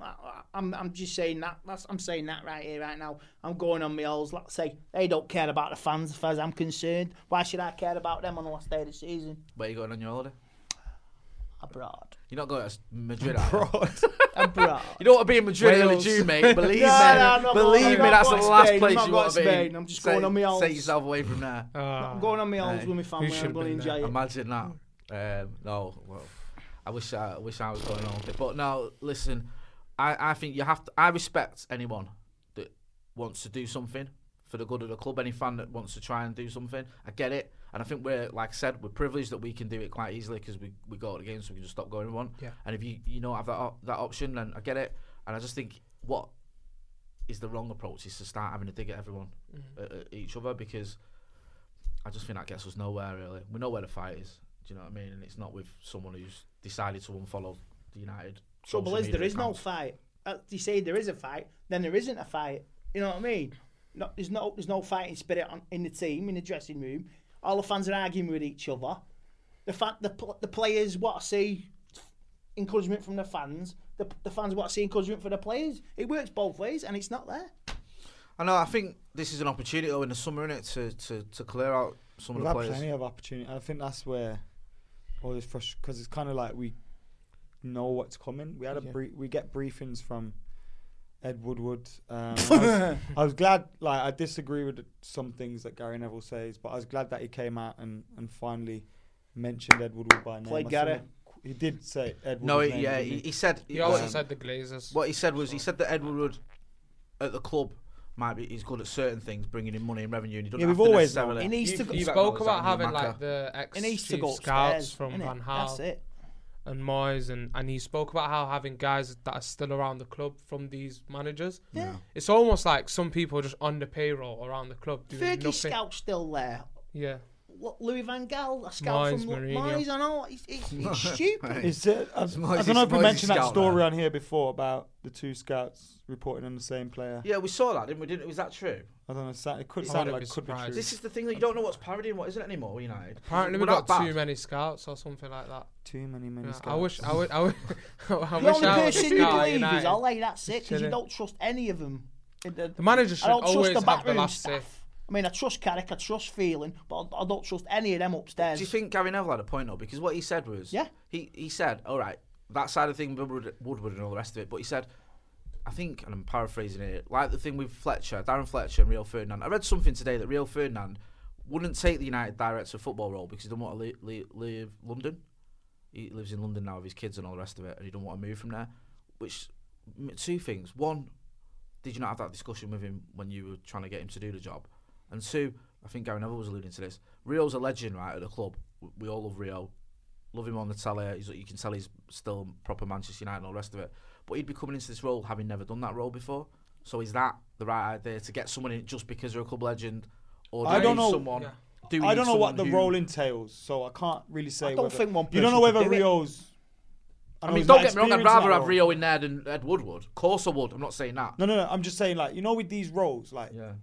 Speaker 4: I- I- I'm, I'm just saying that. That's, I'm saying that right here, right now. I'm going on my holes. Like I say, they don't care about the fans as far as I'm concerned. Why should I care about them on the last day of the season?
Speaker 2: Where you going on your holiday?
Speaker 4: Abroad.
Speaker 2: You're not going to Madrid. are you?
Speaker 4: Abroad.
Speaker 2: You don't want to be in Madrid early
Speaker 3: Wales.
Speaker 2: June, mate. Believe
Speaker 4: No,
Speaker 2: me.
Speaker 4: no, I'm not
Speaker 2: Believe
Speaker 4: going-
Speaker 2: me,
Speaker 4: I'm not
Speaker 2: that's the
Speaker 4: going to
Speaker 2: last
Speaker 4: Spain,
Speaker 2: place
Speaker 4: I'm not
Speaker 2: you want to
Speaker 4: going
Speaker 2: be.
Speaker 4: to
Speaker 2: in.
Speaker 4: Spain, I'm just going on my own.
Speaker 2: Set yourself away from there.
Speaker 3: Uh,
Speaker 4: I'm going on my holes with my family.
Speaker 3: should
Speaker 4: I'm
Speaker 3: have
Speaker 4: going to
Speaker 3: been there?
Speaker 4: enjoy it.
Speaker 2: uh, Imagine that. Um, no, well, I wish I, I wish I was going on with it. But no, listen, I, I think you have to. I respect anyone that wants to do something for the good of the club. Any fan that wants to try and do something, I get it. And I think we're, like I said, we're privileged that we can do it quite easily because we, we go to the games, so we can just stop going and one.
Speaker 3: Yeah.
Speaker 2: And if you you know have that op- that option, then I get it. And I just think what is the wrong approach is to start having a dig at everyone, at, at each other, because I just think that gets us nowhere really. We know where the fight is. Do you know what I mean? And it's not with someone who's decided to unfollow the United.
Speaker 4: Trouble
Speaker 2: social
Speaker 4: is,
Speaker 2: media
Speaker 4: there is no
Speaker 2: accounts.
Speaker 4: fight. Uh, you say there is a fight, then there isn't a fight. You know what I mean? No, there's no there's no fighting spirit on, in the team in the dressing room. All the fans are arguing with each other. The fact the pl- the players want to see encouragement from the fans. The, the fans want to see encouragement for the players. It works both ways, and it's not there.
Speaker 2: I know. I think this is an opportunity though in the summer, innit, to to to clear out some
Speaker 1: we've
Speaker 2: of
Speaker 1: had
Speaker 2: the players.
Speaker 1: plenty of opportunity. I think that's where all this frustration because it's kind of like we know what's coming. We had a brie- we get briefings from Ed Woodward. Um, I, was, I was glad. Like I disagree with some things that Gary Neville says, but I was glad that he came out and and finally mentioned Ed Woodward by name.
Speaker 4: Played
Speaker 1: I seen
Speaker 4: Gary.
Speaker 1: it. He did say Ed.
Speaker 2: No,
Speaker 1: Woodward's
Speaker 2: he,
Speaker 1: name,
Speaker 2: yeah,
Speaker 1: didn't
Speaker 2: he, he said.
Speaker 3: You always
Speaker 2: um,
Speaker 3: said the Glazers.
Speaker 2: What he said was he said that Edward Wood at the club might be he's good at certain things, bringing in money and revenue, and he doesn't
Speaker 1: Yeah,
Speaker 2: have
Speaker 1: we've
Speaker 2: to
Speaker 1: always
Speaker 2: necessarily.
Speaker 4: He needs to
Speaker 2: You-
Speaker 4: go-
Speaker 2: you
Speaker 3: He
Speaker 2: back
Speaker 3: spoke
Speaker 2: those,
Speaker 3: about
Speaker 2: that doesn't
Speaker 3: having
Speaker 2: matter.
Speaker 3: like the ex
Speaker 4: It needs to
Speaker 3: chief
Speaker 4: go
Speaker 3: scouts
Speaker 4: upstairs,
Speaker 3: from
Speaker 4: innit?
Speaker 3: Van Hal.
Speaker 4: That's it.
Speaker 3: and Moyes, and, and he spoke about how having guys that are still around the club from these managers. Yeah. It's almost like some people are just on the payroll around the club doing
Speaker 4: Fergie
Speaker 3: nothing.
Speaker 4: scout's still there.
Speaker 3: Yeah.
Speaker 4: What, Louis Van Gaal, a scout
Speaker 3: Moyes,
Speaker 4: from Lo-
Speaker 3: Mourinho.
Speaker 4: Moyes, I know. It's, it's, it's stupid.
Speaker 1: Is it, I, I don't know
Speaker 2: Moises-
Speaker 1: if we
Speaker 2: Moises
Speaker 1: mentioned that
Speaker 2: scout
Speaker 1: story
Speaker 2: there.
Speaker 1: on here before about the two scouts reporting on the same player.
Speaker 2: Yeah, we saw that, didn't we? Didn't was that true?
Speaker 1: I don't know. sa- It could
Speaker 3: I
Speaker 1: sound
Speaker 3: wouldn't
Speaker 1: like
Speaker 3: be
Speaker 1: it could be
Speaker 3: surprised.
Speaker 1: true.
Speaker 2: This is the thing that you don't know what's parody and what isn't anymore. with United.
Speaker 3: Apparently,
Speaker 2: We're
Speaker 3: we
Speaker 2: not
Speaker 3: got
Speaker 2: bad.
Speaker 3: too many scouts or something like that.
Speaker 1: Too many, many
Speaker 3: Yeah,
Speaker 1: scouts.
Speaker 3: I wish, I wish, I wish, I wish
Speaker 4: the only
Speaker 3: I was
Speaker 4: person you
Speaker 3: Scout
Speaker 4: believe
Speaker 3: United.
Speaker 4: is Ole. That's it, because you
Speaker 3: Chilling.
Speaker 4: don't trust any of them. The
Speaker 3: manager should
Speaker 4: I don't
Speaker 3: always
Speaker 4: trust the
Speaker 3: have the
Speaker 4: backroom
Speaker 3: last say.
Speaker 4: staff. I mean, I trust Carrick, I trust Feeling, but I, I don't trust any of them upstairs.
Speaker 2: Do you think Gary Neville had a point though? Because what he said was,
Speaker 4: Yeah.
Speaker 2: he he said, all right, that side of thing, Woodward, Woodward and all the rest of it. But he said, I think, and I'm paraphrasing it, like the thing with Fletcher, Darren Fletcher and Rio Ferdinand. I read something today that Rio Ferdinand wouldn't take the United director of football role because he doesn't want to leave, leave London. He lives in London now with his kids and all the rest of it, and he doesn't want to move from there. Which m- two things? One, did you not have that discussion with him when you were trying to get him to do the job? And two, I think Gary Neville was alluding to this. Rio's a legend, right, at the club. W- We all love Rio. Love him on the telly. He's, you can tell he's still proper Manchester United and all the rest of it. But he'd be coming into this role having never done that role before. So is that the right idea to get someone in just because they're a club legend? Or do
Speaker 1: I
Speaker 2: we
Speaker 1: don't
Speaker 2: need
Speaker 1: know-
Speaker 2: Someone,
Speaker 3: Yeah.
Speaker 2: do we
Speaker 1: I
Speaker 2: need
Speaker 1: don't know what the
Speaker 2: someone who-
Speaker 1: role entails, so I can't really say.
Speaker 4: I don't
Speaker 1: whether-
Speaker 4: think one
Speaker 1: You don't know
Speaker 4: person
Speaker 1: whether
Speaker 4: could do it.
Speaker 1: Rio's.
Speaker 2: I
Speaker 1: know
Speaker 2: mean,
Speaker 1: he's
Speaker 2: don't
Speaker 1: not
Speaker 2: get me wrong. I'd
Speaker 1: experienced in
Speaker 2: rather
Speaker 1: that
Speaker 2: have
Speaker 1: role.
Speaker 2: Rio in there than Ed Woodward. Of course I would. I'm not saying that.
Speaker 1: No, no, no. I'm just saying, like, you know, with these roles, like,
Speaker 2: Yeah.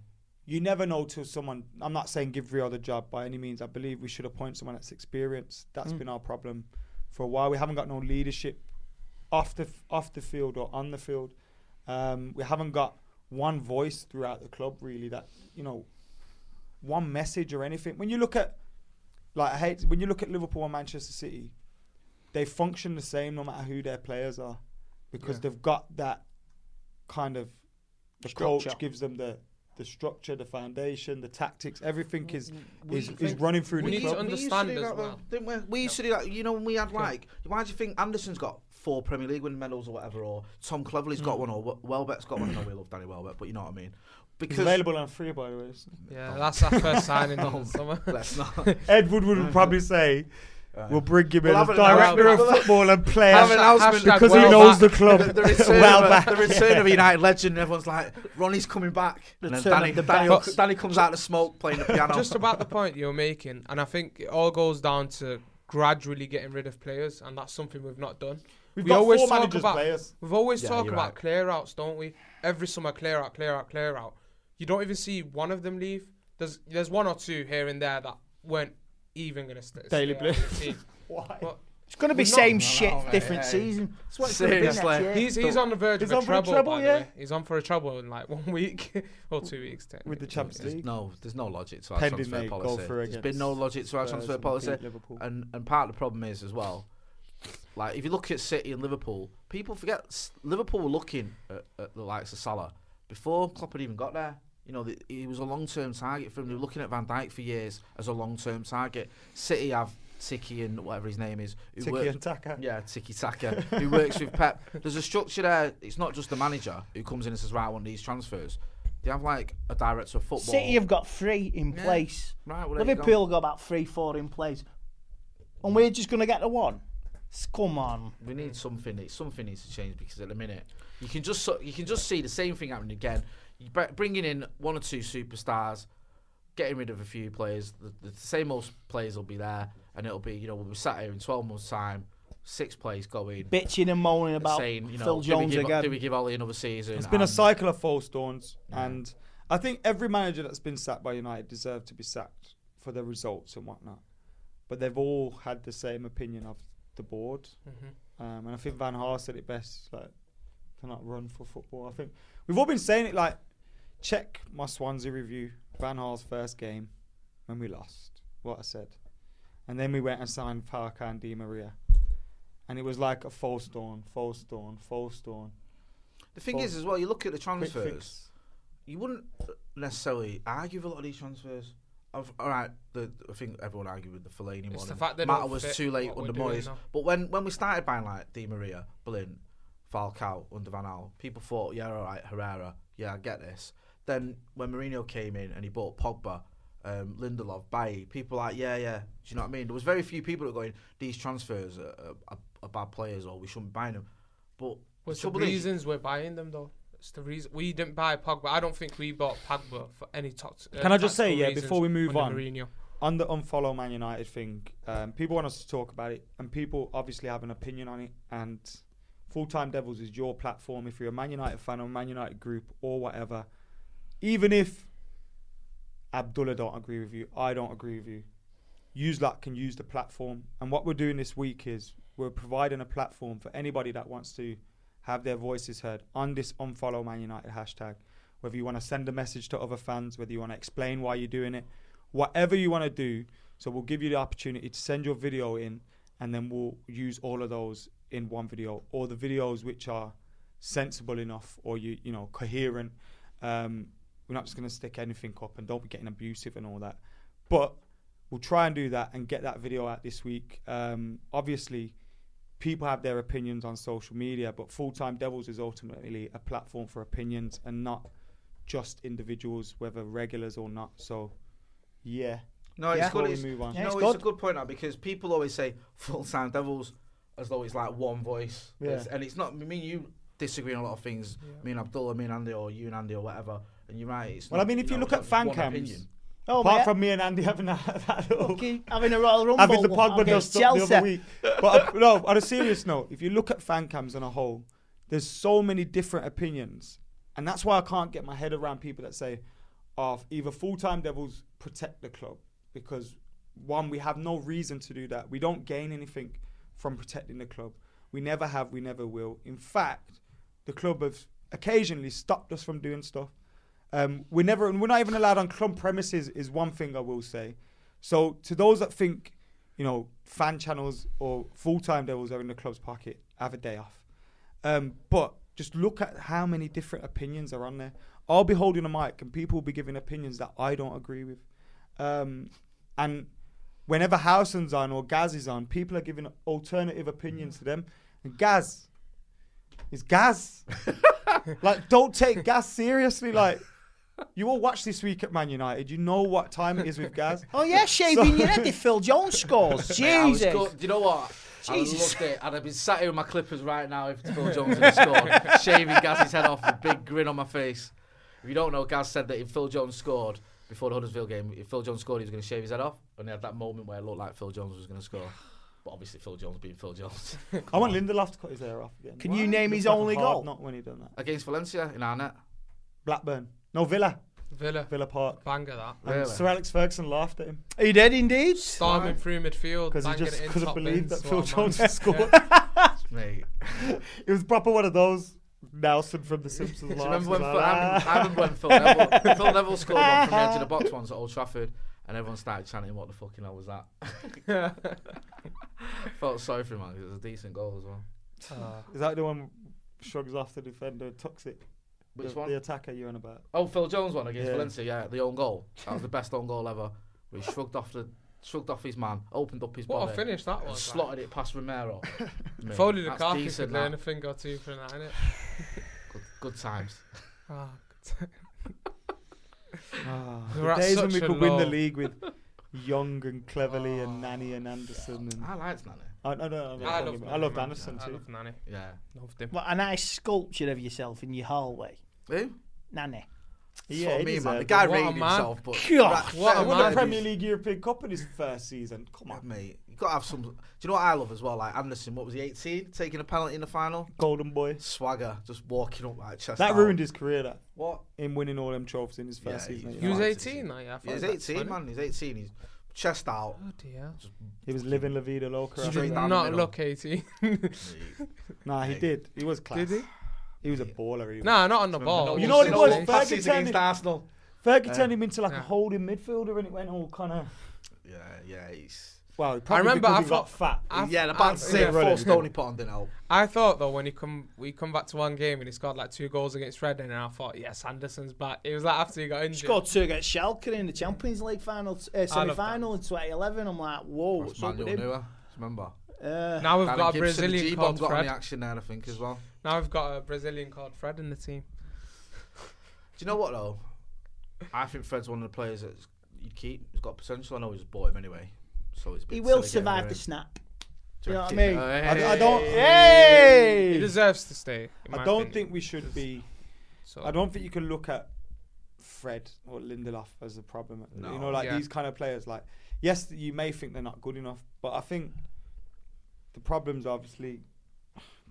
Speaker 1: you never know till someone. I'm not saying give Rio the job by any means. I believe we should appoint someone that's experienced. That's been our problem for a while. We haven't got no leadership off the f- off the field or on the field. Um, we haven't got one voice throughout the club really. That you know, one message or anything. When you look at like I hate when you look at Liverpool and Manchester City, they function the same no matter who their players are because they've got that kind of the
Speaker 4: Structure.
Speaker 1: coach gives them the the structure, the foundation, the tactics, everything is is, is running through
Speaker 3: we
Speaker 1: the
Speaker 3: need to
Speaker 1: club.
Speaker 3: un-
Speaker 2: We used
Speaker 3: understand
Speaker 2: do
Speaker 3: as
Speaker 2: that,
Speaker 3: well.
Speaker 2: though, Didn't we? We used to do that. You know, when we had like, why do you think Anderson's got four Premier League win medals or whatever, or Tom Cleverley's
Speaker 3: Hmm.
Speaker 2: got one, or Wel- Welbeck's got one? I know we love Danny Welbeck, but you know what I mean.
Speaker 1: It's
Speaker 2: Because
Speaker 1: available on free, by the way. so-
Speaker 3: Yeah, that's our first signing in the summer.
Speaker 2: let's not.
Speaker 1: Ed Woodward would probably say, "We'll bring him in
Speaker 2: We'll
Speaker 1: as
Speaker 2: have an announcement.
Speaker 1: director of
Speaker 2: We'll-
Speaker 1: football and
Speaker 2: Have an
Speaker 1: player
Speaker 2: announcement
Speaker 1: because he
Speaker 3: Welbeck.
Speaker 1: knows the club
Speaker 2: the return,
Speaker 1: well
Speaker 2: of, a-
Speaker 1: back."
Speaker 2: the return of a United legend. and Everyone's like, Ronnie's coming back. And then
Speaker 4: Return
Speaker 2: Danny,
Speaker 4: of the
Speaker 2: Danny,
Speaker 4: Bucks.
Speaker 2: Danny comes out of the smoke playing the piano.
Speaker 3: Just about the point you're making, and I think it all goes down to gradually getting rid of players, and that's something we've not done.
Speaker 1: We've
Speaker 3: we
Speaker 1: got
Speaker 3: always
Speaker 1: four
Speaker 3: talk
Speaker 1: managers,
Speaker 3: about
Speaker 1: players.
Speaker 3: we've always
Speaker 2: Yeah,
Speaker 3: talk
Speaker 2: you're
Speaker 3: about
Speaker 2: right.
Speaker 3: clear outs, don't we? Every summer, clear out, clear out, clear out. You don't even see one of them leave. There's there's one or two here and there that weren't even gonna st-
Speaker 1: Daily
Speaker 3: stay out
Speaker 1: Blind.
Speaker 3: of the team.
Speaker 1: Why?
Speaker 3: But
Speaker 4: It's going to be
Speaker 3: We're not-
Speaker 4: same
Speaker 3: No,
Speaker 4: shit,
Speaker 3: no, mate,
Speaker 4: different
Speaker 3: hey.
Speaker 4: season. That's what it's gonna be next
Speaker 2: Seriously,
Speaker 4: year.
Speaker 3: He's he's on the verge
Speaker 1: He's
Speaker 3: of
Speaker 1: on
Speaker 3: a
Speaker 1: for a
Speaker 3: treble.
Speaker 1: treble,
Speaker 3: by
Speaker 1: yeah.
Speaker 3: the way. He's on for a treble in like one week or two weeks.
Speaker 1: with the
Speaker 3: technically.
Speaker 1: Champions
Speaker 2: There's
Speaker 1: League.
Speaker 2: no, there's no logic to our
Speaker 1: Pending
Speaker 2: transfer
Speaker 1: they go
Speaker 2: policy.
Speaker 1: for
Speaker 2: There's been no
Speaker 1: against
Speaker 2: logic to our
Speaker 1: Spurs
Speaker 2: transfer
Speaker 1: and
Speaker 2: policy,
Speaker 1: beat Liverpool.
Speaker 2: and and part of the problem is as well, like if you look at City and Liverpool, people forget S- Liverpool were looking at, at the likes of Salah before Klopp had even got there. You know, the, he was a long-term target for him. They were looking at Van Dijk for years as a long-term target. City have Tiki and whatever his name is. Who
Speaker 1: Tiki
Speaker 2: worked-
Speaker 1: and Taka.
Speaker 2: Yeah, Tiki Taka, who works with Pep. There's a structure there. It's not just the manager who comes in and says, right, I want these transfers. They have like a director of football.
Speaker 4: City have got three in place.
Speaker 2: Right, well, there you go.
Speaker 4: Liverpool got about three, four in place, and we're just going to get the one. S- Come on.
Speaker 2: We need something. It, something needs to change because at the minute you can just so- you can just see the same thing happening again. You br- bringing in one or two superstars, getting rid of a few players. The, the same old players will be there, and it'll be you know we'll be sat here in twelve months' time, six players going,
Speaker 4: Bitching and moaning about
Speaker 2: saying you know
Speaker 4: Phil
Speaker 2: do
Speaker 4: Jones
Speaker 2: we give,
Speaker 4: again.
Speaker 2: do we give Ollie another season?
Speaker 1: It's been a
Speaker 2: And-
Speaker 1: cycle of false dawns, and I think every manager that's been sacked by United deserved to be sacked for their results and whatnot. But they've all had the same opinion of the board,
Speaker 2: Mm-hmm.
Speaker 1: um, and I think Van Gaal said it best: like, cannot run for football. I think we've all been saying it. Like, check my Swansea review. Van Gaal's first game when we lost. What I said, and then we went and signed Parker and Di Maria. And it was like a false dawn, false dawn, false dawn.
Speaker 2: The thing is, as well, you look at the
Speaker 1: Quick
Speaker 2: transfers.
Speaker 1: fix.
Speaker 2: you wouldn't necessarily argue with a lot of these transfers. Of, all right, the, I think everyone argued with the Fellaini
Speaker 3: It's
Speaker 2: one.
Speaker 3: the
Speaker 2: and
Speaker 3: fact they
Speaker 2: Mata
Speaker 3: don't
Speaker 2: was
Speaker 3: fit
Speaker 2: too late
Speaker 3: what we're
Speaker 2: under
Speaker 3: doing
Speaker 2: Moyes.
Speaker 3: now.
Speaker 2: But when, when we started buying like Di Maria, Berlin, Falcao under Van Al, people thought, yeah, all right, Herrera, yeah, I get this. Then when Mourinho came in and he bought Pogba um, Lindelof, Baye, people like, yeah, yeah. Do you know what I mean? There was very few people that were going, these transfers are, are, are bad players or we shouldn't be buying them. But
Speaker 3: What's the
Speaker 2: trouble is-
Speaker 3: reasons we're buying them though? It's the reason we didn't buy Pogba. I don't think we bought Pogba for any top. Uh,
Speaker 1: Can I just say,
Speaker 3: tactical
Speaker 1: yeah,
Speaker 3: reasons
Speaker 1: before we move
Speaker 3: under
Speaker 1: on,
Speaker 3: Mourinho.
Speaker 1: on the unfollow Man United thing, um, people want us to talk about it, and people obviously have an opinion on it. And Full Time Devils is your platform. If you're a Man United fan or Man United group or whatever, even if Abdullah don't agree with you, I don't agree with you. Use that can use the platform. And what we're doing this week is we're providing a platform for anybody that wants to have their voices heard on this unfollow Man United hashtag. Whether you want to send a message to other fans, whether you want to explain why you're doing it, whatever you want to do. So we'll give you the opportunity to send your video in, and then we'll use all of those in one video, or the videos which are sensible enough or you you know coherent. Um, we're not just going to stick anything up and don't be getting abusive and all that. But we'll try and do that and get that video out this week. Um, obviously, people have their opinions on social media, but Full Time Devils is ultimately a platform for opinions and not just individuals, whether regulars or not. So, yeah.
Speaker 2: No,
Speaker 1: Yeah.
Speaker 2: it's good.
Speaker 1: Before we
Speaker 2: It's,
Speaker 1: move on.
Speaker 2: you
Speaker 1: Yeah,
Speaker 2: know,
Speaker 1: it's
Speaker 2: it's,
Speaker 1: good.
Speaker 2: a good point now because people always say full time devils as though it's like one voice.
Speaker 1: Yeah.
Speaker 2: It's- and it's not. I mean, you disagree on a lot of things. Me and Abdullah, me and Andy, or you and Andy, or whatever. And you're right. It's
Speaker 1: Well, I
Speaker 2: not,
Speaker 1: mean, if you
Speaker 2: know,
Speaker 1: look
Speaker 2: it's
Speaker 1: at
Speaker 2: not
Speaker 1: fan
Speaker 2: one
Speaker 1: cams,
Speaker 2: opinion.
Speaker 4: Oh,
Speaker 1: apart
Speaker 4: mate,
Speaker 1: from me and Andy having that, that little
Speaker 4: fucking having a Royal Rumble.
Speaker 1: having the Pogba
Speaker 4: against
Speaker 1: dust up the other week. But uh, no, on a serious note, if you look at fan cams on a whole, there's so many different opinions, and that's why I can't get my head around people that say, "Of either full time devils protect the club," because one, we have no reason to do that. We don't gain anything from protecting the club. We never have. We never will. In fact, the club have occasionally stopped us from doing stuff. Um, we're never, and we're not even allowed on club premises. Is one thing I will say. So to those that think, you know, fan channels or full-time devils are in the club's pocket, have a day off. Um, but just look at how many different opinions are on there. I'll be holding a mic and people will be giving opinions that I don't agree with. Um, and whenever Howson's on or Gaz is on, people are giving alternative opinions to them. And Gaz is Gaz. like, don't take Gaz seriously. Like, you all watch this week at Man United. You know what time it is with Gaz.
Speaker 4: Oh yeah, shaving your head if Phil Jones scores.
Speaker 2: Mate, I was
Speaker 4: Jesus.
Speaker 2: go- Do you know what?
Speaker 4: Jesus.
Speaker 2: I loved it. I'd have been sat here with my clippers right now if Phil Jones had scored, shaving Gaz's head off with a big grin on my face. If you don't know, Gaz said that if Phil Jones scored before the Huddersfield game, if Phil Jones scored, he was going to shave his head off. And they had that moment where it looked like Phil Jones was going to score. But obviously, Phil Jones being Phil Jones.
Speaker 1: I want Lindelof to cut his hair off again.
Speaker 4: Can you name
Speaker 1: Looks
Speaker 4: his
Speaker 1: like a
Speaker 4: only
Speaker 1: hard
Speaker 4: goal?
Speaker 1: Not when he done that.
Speaker 2: Against Valencia in our net.
Speaker 1: Blackburn. No, Villa.
Speaker 3: Villa,
Speaker 1: Villa Park.
Speaker 3: banger that.
Speaker 1: And
Speaker 2: Really?
Speaker 1: Sir Alex Ferguson laughed at him
Speaker 4: He did indeed.
Speaker 3: Storming through midfield,
Speaker 1: because he
Speaker 3: banging
Speaker 1: just
Speaker 3: it in
Speaker 1: couldn't
Speaker 3: top
Speaker 1: believe
Speaker 3: bins.
Speaker 1: that
Speaker 3: What
Speaker 1: Phil
Speaker 3: a man.
Speaker 1: Jones
Speaker 3: Yeah.
Speaker 1: had scored.
Speaker 2: Mate.
Speaker 1: it was proper one of those Nelson from The Simpsons.
Speaker 2: Do you
Speaker 1: laughs,
Speaker 2: remember when
Speaker 1: like, "Ah."
Speaker 2: Phil, I, remember, I remember when Phil Neville, Phil Neville scored one from the edge of the box once at Old Trafford, and everyone started chanting, "What the fucking hell was that?" Felt sorry for him, man. 'cause It was a decent goal as well.
Speaker 1: "Ah." Is that the one shrugs off the defender, tucks it?
Speaker 2: Which
Speaker 1: the,
Speaker 2: one?
Speaker 1: The attacker you're on about.
Speaker 2: Oh, Phil Jones one against
Speaker 1: Yeah.
Speaker 2: Valencia. Yeah, the own goal. That was the best own goal ever. We shrugged off the shrugged off his man, opened up his
Speaker 3: What a
Speaker 2: body,
Speaker 3: finish that
Speaker 2: and
Speaker 3: was,
Speaker 2: slotted it past Romero. Mate,
Speaker 3: If only
Speaker 2: that's
Speaker 3: Lukaku
Speaker 2: decent,
Speaker 3: could learn a
Speaker 2: that.
Speaker 3: thing or two from that, innit?
Speaker 2: Good, good times.
Speaker 3: Ah,
Speaker 1: Ah, The
Speaker 3: We're at
Speaker 1: days when
Speaker 3: such
Speaker 1: we
Speaker 3: a
Speaker 1: could win the
Speaker 3: low.
Speaker 1: league with Young and Cleverly
Speaker 2: Ah.
Speaker 1: and Nanny and Anderson. And,
Speaker 2: I liked Nana.
Speaker 1: I, no, no, no, no,
Speaker 3: I
Speaker 1: don't
Speaker 3: love
Speaker 1: get me-
Speaker 3: Nanny,
Speaker 1: I loved
Speaker 3: man.
Speaker 1: Anderson
Speaker 3: I
Speaker 1: too.
Speaker 3: love Nanny.
Speaker 2: Yeah.
Speaker 3: Loved him.
Speaker 4: What a nice sculpture of yourself in your hallway,
Speaker 2: Who?
Speaker 4: nanny.
Speaker 1: Yeah,
Speaker 2: Sort
Speaker 1: he
Speaker 2: of me, man. The
Speaker 1: deserved
Speaker 2: guy
Speaker 1: it.
Speaker 3: What a
Speaker 2: rated
Speaker 3: man.
Speaker 2: himself, but
Speaker 4: God,
Speaker 3: what a
Speaker 1: won
Speaker 3: man.
Speaker 1: the Premier League European Cup in his first season. Come on,
Speaker 2: mate. You gotta have some. Do you know what I love as well? Like Anderson, what was he? 18, taking a penalty in the final.
Speaker 1: golden boy.
Speaker 2: Swagger, just walking up like chest.
Speaker 1: That
Speaker 2: out.
Speaker 1: ruined his career. That
Speaker 2: What?
Speaker 1: him winning all them trophies in his first
Speaker 2: Yeah,
Speaker 1: season.
Speaker 2: he's
Speaker 3: He was
Speaker 2: Right,
Speaker 3: 18, though, yeah. I
Speaker 2: Yeah,
Speaker 3: thought
Speaker 2: he's
Speaker 3: that
Speaker 2: 18,
Speaker 3: funny.
Speaker 2: man. He's 18. He's chest out.
Speaker 3: Bloody hell.
Speaker 1: He was living La Vida Loca. after
Speaker 2: Straight
Speaker 1: that.
Speaker 2: down the
Speaker 3: Not
Speaker 2: middle.
Speaker 3: look 18.
Speaker 1: Nah, he did. He was class.
Speaker 3: Did he?
Speaker 1: He was a baller. He was.
Speaker 3: nah, not on the ball.
Speaker 1: You know what it was?
Speaker 3: Just-
Speaker 1: Fergie
Speaker 2: Passes
Speaker 1: turned
Speaker 2: against
Speaker 1: him-
Speaker 2: Arsenal.
Speaker 1: Fergie turned him into like a
Speaker 3: yeah.
Speaker 1: holding midfielder, and it went all kind of.
Speaker 2: Yeah, yeah. He's.
Speaker 1: Well, probably
Speaker 3: I remember
Speaker 1: because
Speaker 3: I
Speaker 1: he got fat.
Speaker 3: thought I,
Speaker 2: yeah, the
Speaker 3: I,
Speaker 2: band say
Speaker 3: yeah.
Speaker 2: four stony put on didn't help.
Speaker 3: I thought though when he come we come back to one game and he scored like two goals against Reading and I thought yes Anderson's back. It was like after he got injured.
Speaker 4: Scored two against Schalke in the Champions League final, uh,
Speaker 3: love that.
Speaker 4: semi-final in 2011. I'm like, whoa, what's up with
Speaker 2: Manuel
Speaker 4: him?
Speaker 2: Neuer. Remember?
Speaker 3: Now we've
Speaker 2: Darren
Speaker 3: got a
Speaker 2: Gibson, the
Speaker 3: Brazilian
Speaker 2: G-bomb
Speaker 3: called
Speaker 2: got on
Speaker 3: Fred.
Speaker 2: the action there, I think, as well.
Speaker 3: Now we've got a Brazilian called Fred in the team.
Speaker 2: Do you know what though? I think Fred's one of the players that you'd keep. He's got potential. I know he's bought him anyway, so it's. a bit
Speaker 4: He will
Speaker 2: silly getting rid
Speaker 4: survive
Speaker 2: of
Speaker 4: the
Speaker 2: him.
Speaker 4: snap.
Speaker 2: Do
Speaker 4: you know
Speaker 2: reckon?
Speaker 4: what I mean?
Speaker 2: Uh,
Speaker 1: I, I don't.
Speaker 3: He
Speaker 1: Hey,
Speaker 3: deserves to stay. in
Speaker 1: I
Speaker 3: my
Speaker 1: don't
Speaker 3: opinion.
Speaker 1: think we should be.
Speaker 3: So,
Speaker 1: I don't think you can look at Fred or Lindelof as a problem. You know, like
Speaker 3: Yeah.
Speaker 1: these kind of players. Like, yes, you may think they're not good enough, but I think the problems obviously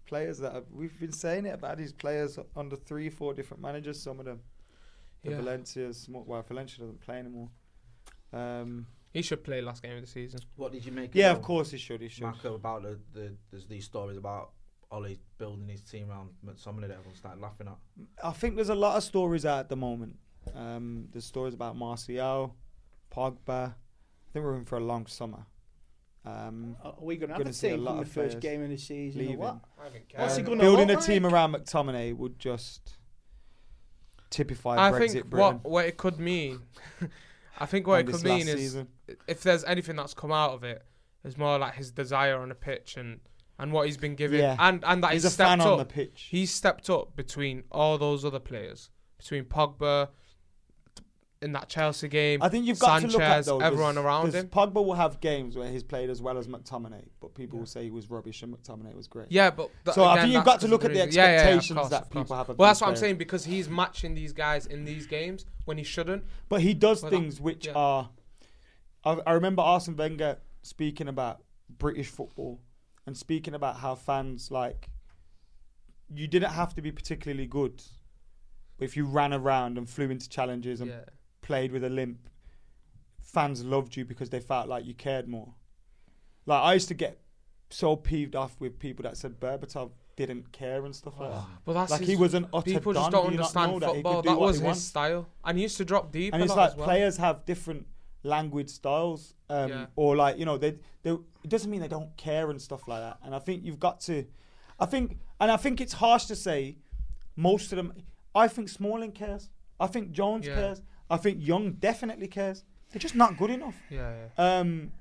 Speaker 1: players that have, we've been saying it about these players under three, four different managers. Some of them, the
Speaker 3: Yeah.
Speaker 1: Valencia's. Well, Valencia doesn't play anymore. Um,
Speaker 3: He should play last game of the season.
Speaker 2: What did you make?
Speaker 1: yeah, of course he should. He should.
Speaker 2: Marco about the, the there's these stories about Ollie building his team around McTominay that everyone started laughing at.
Speaker 1: I think there's a lot of stories out at the moment. Um, there's stories about Martial, Pogba. I think we're in for a long summer. Um,
Speaker 4: Are we going to have
Speaker 1: Gonna
Speaker 4: a
Speaker 1: see a
Speaker 4: team
Speaker 1: lot
Speaker 4: from the
Speaker 1: of
Speaker 4: first
Speaker 1: players
Speaker 4: game of the season
Speaker 1: leaving.
Speaker 4: or what?
Speaker 3: I don't care.
Speaker 4: What's he going to
Speaker 1: Building a
Speaker 4: look
Speaker 1: team
Speaker 4: like?
Speaker 1: around McTominay would just typify
Speaker 3: I
Speaker 1: Brexit
Speaker 3: think
Speaker 1: Britain.
Speaker 3: what, what it could mean, I think what
Speaker 1: And
Speaker 3: it
Speaker 1: this
Speaker 3: could mean
Speaker 1: last
Speaker 3: is
Speaker 1: season.
Speaker 3: if there's anything that's come out of it, it's more like his desire on the pitch and, and what he's been given
Speaker 1: Yeah.
Speaker 3: and and that
Speaker 1: He's
Speaker 3: he's
Speaker 1: a
Speaker 3: stepped
Speaker 1: fan
Speaker 3: up.
Speaker 1: on the pitch.
Speaker 3: He's stepped up between all those other players, between Pogba in that Chelsea game.
Speaker 1: I think you've got
Speaker 3: Sanchez,
Speaker 1: to look at though,
Speaker 3: everyone
Speaker 1: there's-
Speaker 3: around
Speaker 1: there's-
Speaker 3: him.
Speaker 1: Pogba will have games where he's played as well as McTominay, but people will say he was rubbish and McTominay was great.
Speaker 3: Yeah, but th-
Speaker 1: So I
Speaker 3: again,
Speaker 1: think you've
Speaker 3: that
Speaker 1: got to look
Speaker 3: doesn't
Speaker 1: at the
Speaker 3: really- yeah, yeah, yeah, of
Speaker 1: expectations
Speaker 3: course,
Speaker 1: that
Speaker 3: of course.
Speaker 1: people have of
Speaker 3: Well,
Speaker 1: these
Speaker 3: that's what I'm
Speaker 1: players.
Speaker 3: saying because he's matching these guys in these games when he shouldn't.
Speaker 1: But he does
Speaker 3: Well, that-
Speaker 1: things which
Speaker 3: um, yeah.
Speaker 1: are. I, I remember Arsene Wenger speaking about British football and speaking about how fans like. You didn't have to be particularly good if you ran around and flew into challenges and
Speaker 3: Yeah.
Speaker 1: played with a limp. Fans loved you because they felt like you cared more. Like I used to get so peeved off with people that said Berbatov didn't care and stuff like that.
Speaker 3: Oh, But that's
Speaker 1: like he
Speaker 3: his-
Speaker 1: was an utter
Speaker 3: People
Speaker 1: don. Do
Speaker 3: just don't
Speaker 1: you not
Speaker 3: understand
Speaker 1: know That, he
Speaker 3: football.
Speaker 1: could do
Speaker 3: That
Speaker 1: what
Speaker 3: was
Speaker 1: he
Speaker 3: his
Speaker 1: wants?
Speaker 3: style, and he used to drop deep.
Speaker 1: and
Speaker 3: a
Speaker 1: it's
Speaker 3: lot
Speaker 1: like
Speaker 3: as well.
Speaker 1: players have different language styles um,
Speaker 3: Yeah.
Speaker 1: or like you know they, they it doesn't mean they don't care and stuff like that and i think you've got to i think and i think it's harsh to say most of them i think smalling cares i think jones
Speaker 3: Yeah.
Speaker 1: cares i think young definitely cares they're just not good enough
Speaker 3: Yeah, yeah.
Speaker 1: um,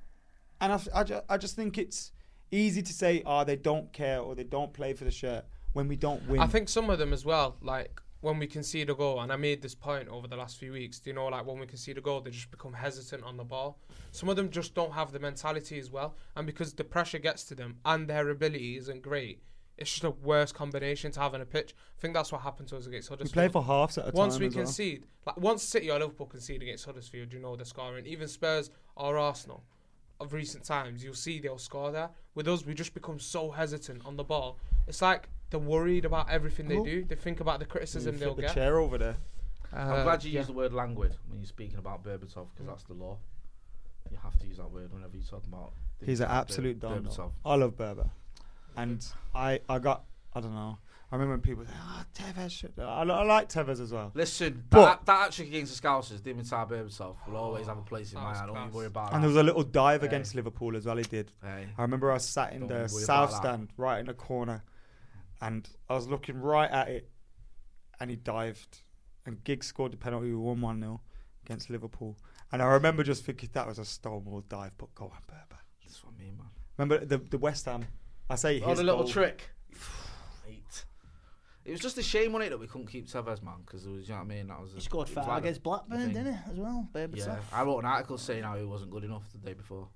Speaker 1: and I, I, ju- I just think it's easy to say oh they don't care or they don't play for the shirt when we don't win
Speaker 3: I think some of them as well, like when we concede a goal, and I made this point over the last few weeks. Do you know, like when we concede a goal, they just become hesitant on the ball. Some of them just don't have the mentality as well, and because the pressure gets to them and their ability isn't great, it's just a worse combination to have on a pitch. I think that's what happened to us against
Speaker 1: we
Speaker 3: Huddersfield.
Speaker 1: play for halves at a
Speaker 3: once
Speaker 1: time
Speaker 3: we
Speaker 1: as well.
Speaker 3: concede, like once City or Liverpool concede against Huddersfield, you know they're scoring. Even Spurs or Arsenal of recent times, you'll see they'll score there. With us, we just become so hesitant on the ball. It's like they're worried about everything they do. They think about the criticism
Speaker 1: Flip
Speaker 3: they'll
Speaker 1: the
Speaker 3: get.
Speaker 1: chair over there
Speaker 3: Uh,
Speaker 2: I'm glad you
Speaker 3: yeah.
Speaker 2: used the word languid when you're speaking about Berbatov because that's the law. You have to use that word whenever you're talking about. things
Speaker 1: He's an
Speaker 2: like Ber-
Speaker 1: absolute don. though.
Speaker 2: Berbatov.
Speaker 1: I love Berber, and I I got I don't know. I remember when people say, "Oh, Tevez." Should, I, li- I like Tevez as well,
Speaker 2: Listen,
Speaker 1: But-
Speaker 2: that, that actually against the Scousers, Dimitar Berbatov will always have a place in
Speaker 3: That
Speaker 2: my
Speaker 3: was
Speaker 2: heart. Don't you
Speaker 3: class.
Speaker 2: worry about
Speaker 1: and there was
Speaker 2: that.
Speaker 1: a little dive against Liverpool as well. He did.
Speaker 2: Hey.
Speaker 1: I remember I sat in
Speaker 2: Don't worry
Speaker 1: the
Speaker 2: about
Speaker 1: south
Speaker 2: that.
Speaker 1: stand, right in the corner, and I was looking right at it, and he dived, and Giggs scored the penalty. We won one 0 against Liverpool, and I remember just thinking that was a stonewall dive, but go on, Berber.
Speaker 2: That's what I mean, man.
Speaker 1: Remember the the West Ham. I say
Speaker 2: Oh,
Speaker 1: his
Speaker 2: the little
Speaker 1: goal.
Speaker 2: trick. Mate. It was just a shame on it that we couldn't keep Tevez, man, because there was, you know what I mean? That was a,
Speaker 4: He scored
Speaker 2: it was
Speaker 4: five
Speaker 2: like the-
Speaker 4: against
Speaker 2: the
Speaker 4: Blackburn,
Speaker 2: thing.
Speaker 4: didn't he, as well? Berbatov.
Speaker 2: Yeah, I wrote an article saying how he wasn't good enough the day before.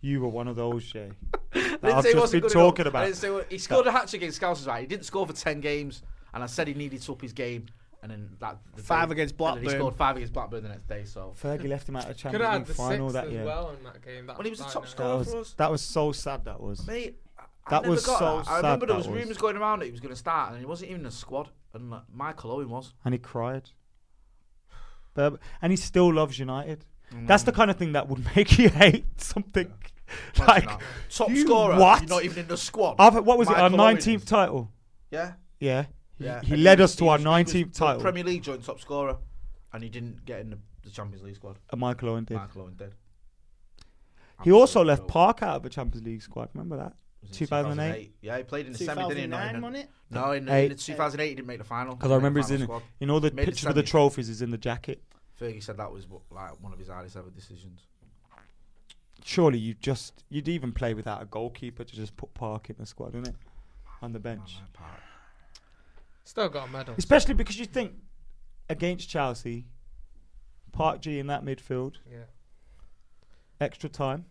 Speaker 1: You were one of those, Jay. that
Speaker 2: I didn't
Speaker 1: I've
Speaker 2: say he
Speaker 1: just
Speaker 2: wasn't
Speaker 1: been
Speaker 2: good
Speaker 1: talking
Speaker 2: enough. I
Speaker 1: about.
Speaker 2: didn't say what- he scored a hat trick against Scousers, right? He didn't score for ten games, and I said he needed to up his game. And then that the
Speaker 4: Five
Speaker 2: day-
Speaker 4: against
Speaker 2: and then
Speaker 4: Blackburn.
Speaker 2: he scored five against Blackburn the next day. So
Speaker 1: Fergie left him out of
Speaker 3: Could
Speaker 1: Champions
Speaker 3: have had the
Speaker 1: League final
Speaker 3: sixth
Speaker 1: that
Speaker 3: as
Speaker 1: year.
Speaker 3: well in that game. That
Speaker 2: Well, he was a
Speaker 3: line
Speaker 2: top
Speaker 3: out.
Speaker 2: scorer.
Speaker 1: That
Speaker 2: for
Speaker 1: was
Speaker 2: us.
Speaker 1: that was so sad. That was.
Speaker 2: mate, I- I
Speaker 1: That
Speaker 2: never
Speaker 1: was
Speaker 2: got
Speaker 1: so
Speaker 2: that. I
Speaker 1: sad,
Speaker 2: remember there
Speaker 1: that
Speaker 2: was
Speaker 1: was.
Speaker 2: rumours going around that he was going to start, and he wasn't even in the squad. And like, Michael Owen was.
Speaker 1: And he cried. But- and he still loves United.
Speaker 2: Mm.
Speaker 1: That's the kind of thing that would make you hate something.
Speaker 2: Imagine
Speaker 1: like
Speaker 2: that. top
Speaker 1: you
Speaker 2: scorer.
Speaker 1: What?
Speaker 2: You're not even in the squad.
Speaker 1: I've- what was it?
Speaker 2: Michael
Speaker 1: Our
Speaker 2: Owen.
Speaker 1: 19th title.
Speaker 2: Yeah.
Speaker 1: Yeah. He-
Speaker 2: yeah.
Speaker 1: He,
Speaker 2: And
Speaker 1: led
Speaker 2: was-
Speaker 1: us to
Speaker 2: he
Speaker 1: our
Speaker 2: was- he was
Speaker 1: 19th
Speaker 2: the
Speaker 1: title.
Speaker 2: Premier League joint top scorer, and he didn't get in the, the Champions League squad.
Speaker 1: Uh, Michael Owen did.
Speaker 2: Michael Owen did.
Speaker 1: He also
Speaker 2: Absolute
Speaker 1: left
Speaker 2: joke.
Speaker 1: Park out of the Champions League squad. Remember that?
Speaker 2: Was it
Speaker 1: 2008.
Speaker 2: Yeah, he played in the semi, didn't he? Not
Speaker 4: 2009,
Speaker 2: in the-
Speaker 4: wasn't it?
Speaker 2: No, in, the,
Speaker 1: Eight.
Speaker 2: in the 2008, he didn't make the final.
Speaker 1: Because I remember he's in,
Speaker 2: Final squad.
Speaker 1: in all the
Speaker 2: Made the
Speaker 1: pictures with the
Speaker 2: semis.
Speaker 1: trophies. He's in the jacket.
Speaker 2: Fergie said that was what, like one of his hardest ever decisions.
Speaker 1: surely you just you'd even play without a goalkeeper to just put Park in the squad, isn't it? On the bench,
Speaker 2: Like, Oh, Park.
Speaker 3: Still got a medal.
Speaker 1: especially because you think against Chelsea, Park G in that midfield.
Speaker 3: Yeah.
Speaker 1: Extra time.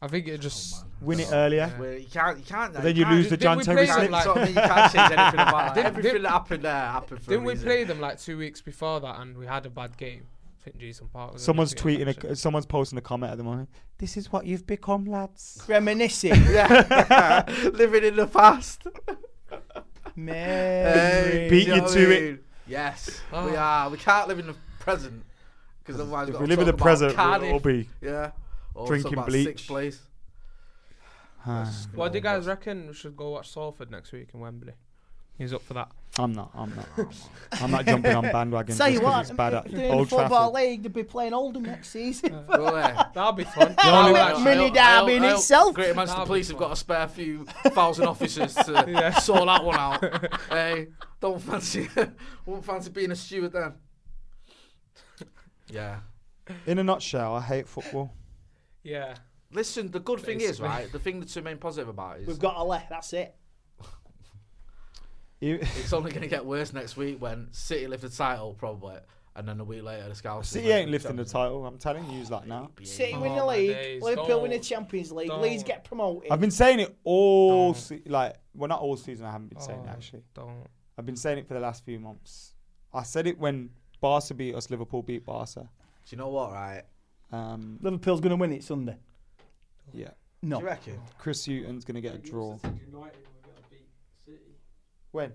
Speaker 3: I think it just.
Speaker 1: Win it earlier.
Speaker 2: Where you can't, you can't.
Speaker 1: Then you
Speaker 2: can't-
Speaker 1: lose the
Speaker 3: Did
Speaker 1: John
Speaker 3: we
Speaker 1: Terry
Speaker 3: play
Speaker 2: can't-
Speaker 1: slip.
Speaker 3: them, like-
Speaker 2: sort of- you can't change anything about that.
Speaker 3: Didn't-
Speaker 2: Everything
Speaker 3: didn't-
Speaker 2: that happened there happened for
Speaker 3: Didn't
Speaker 2: a
Speaker 3: we
Speaker 2: reason.
Speaker 3: play them like two weeks before that and we had a bad game? I think Jason Park was. in the
Speaker 1: Someone's
Speaker 3: field,
Speaker 1: tweeting,
Speaker 3: actually.
Speaker 1: a, someone's posting a comment at the moment. This is what you've become, lads.
Speaker 4: Reminiscing.
Speaker 2: Yeah, living in the past.
Speaker 4: Memories.
Speaker 1: Beat
Speaker 2: know
Speaker 1: you
Speaker 2: what
Speaker 1: to
Speaker 2: I
Speaker 1: it.
Speaker 2: mean? Yes, we
Speaker 3: Oh.
Speaker 2: are. We can't live in the present because otherwise
Speaker 1: If
Speaker 2: gotta
Speaker 1: we live in
Speaker 2: talk
Speaker 1: the
Speaker 2: about
Speaker 1: present,
Speaker 2: Cardiff.
Speaker 1: we'll be.
Speaker 2: yeah. Or
Speaker 1: drinking
Speaker 2: talk about
Speaker 1: bleach.
Speaker 2: Sixth place. That's
Speaker 3: What do you
Speaker 2: gonna-
Speaker 3: guys reckon? We should go watch Salford next week in Wembley. He's up for that.
Speaker 1: I'm not. I'm not. I'm not jumping on bandwagon.
Speaker 4: Tell
Speaker 1: just
Speaker 4: you
Speaker 1: 'cause
Speaker 4: what,
Speaker 1: it's bad
Speaker 4: if they're
Speaker 1: at
Speaker 4: in the
Speaker 1: Old
Speaker 4: football
Speaker 1: Trafford.
Speaker 4: league, they'll be playing Oldham next season.
Speaker 2: Go there.
Speaker 3: That'll be fun.
Speaker 1: only
Speaker 3: That'll
Speaker 1: way-
Speaker 3: be
Speaker 4: Mini
Speaker 3: fun.
Speaker 4: derby in
Speaker 2: I hope
Speaker 4: itself.
Speaker 2: Greater Manchester
Speaker 3: That'll
Speaker 2: Police
Speaker 3: be
Speaker 2: have
Speaker 3: fun.
Speaker 2: got a spare few thousand officers to
Speaker 3: Yeah.
Speaker 2: sort that one out. hey, don't fancy, won't fancy being a steward then. Yeah.
Speaker 1: In a nutshell, I hate football.
Speaker 3: Yeah.
Speaker 2: Listen, the good thing is,
Speaker 3: Basically.
Speaker 2: right? The thing that's remained positive about it is
Speaker 4: We've got a left. That's it.
Speaker 1: You-
Speaker 2: it's only going to get worse next week when City lift the title, probably, and then a week later the Scousers.
Speaker 1: City ain't lifting the title. I'm telling you that now.
Speaker 4: City win the
Speaker 3: Oh, my
Speaker 4: league.
Speaker 3: days,
Speaker 4: Liverpool win the
Speaker 3: don't-
Speaker 4: Champions League.
Speaker 3: don't.
Speaker 4: Leeds get promoted.
Speaker 1: I've been saying it all, se- like, well, not all season. I haven't been
Speaker 4: Oh.
Speaker 1: saying it actually.
Speaker 3: Don't.
Speaker 1: I've been saying it for the last few months. I said it when Barca beat us, Liverpool beat Barca.
Speaker 2: Do you know what, right?
Speaker 1: Um,
Speaker 4: Liverpool's going to win it Sunday.
Speaker 1: yeah,
Speaker 4: No.
Speaker 2: You reckon?
Speaker 1: Chris Hutton's gonna get a draw. When?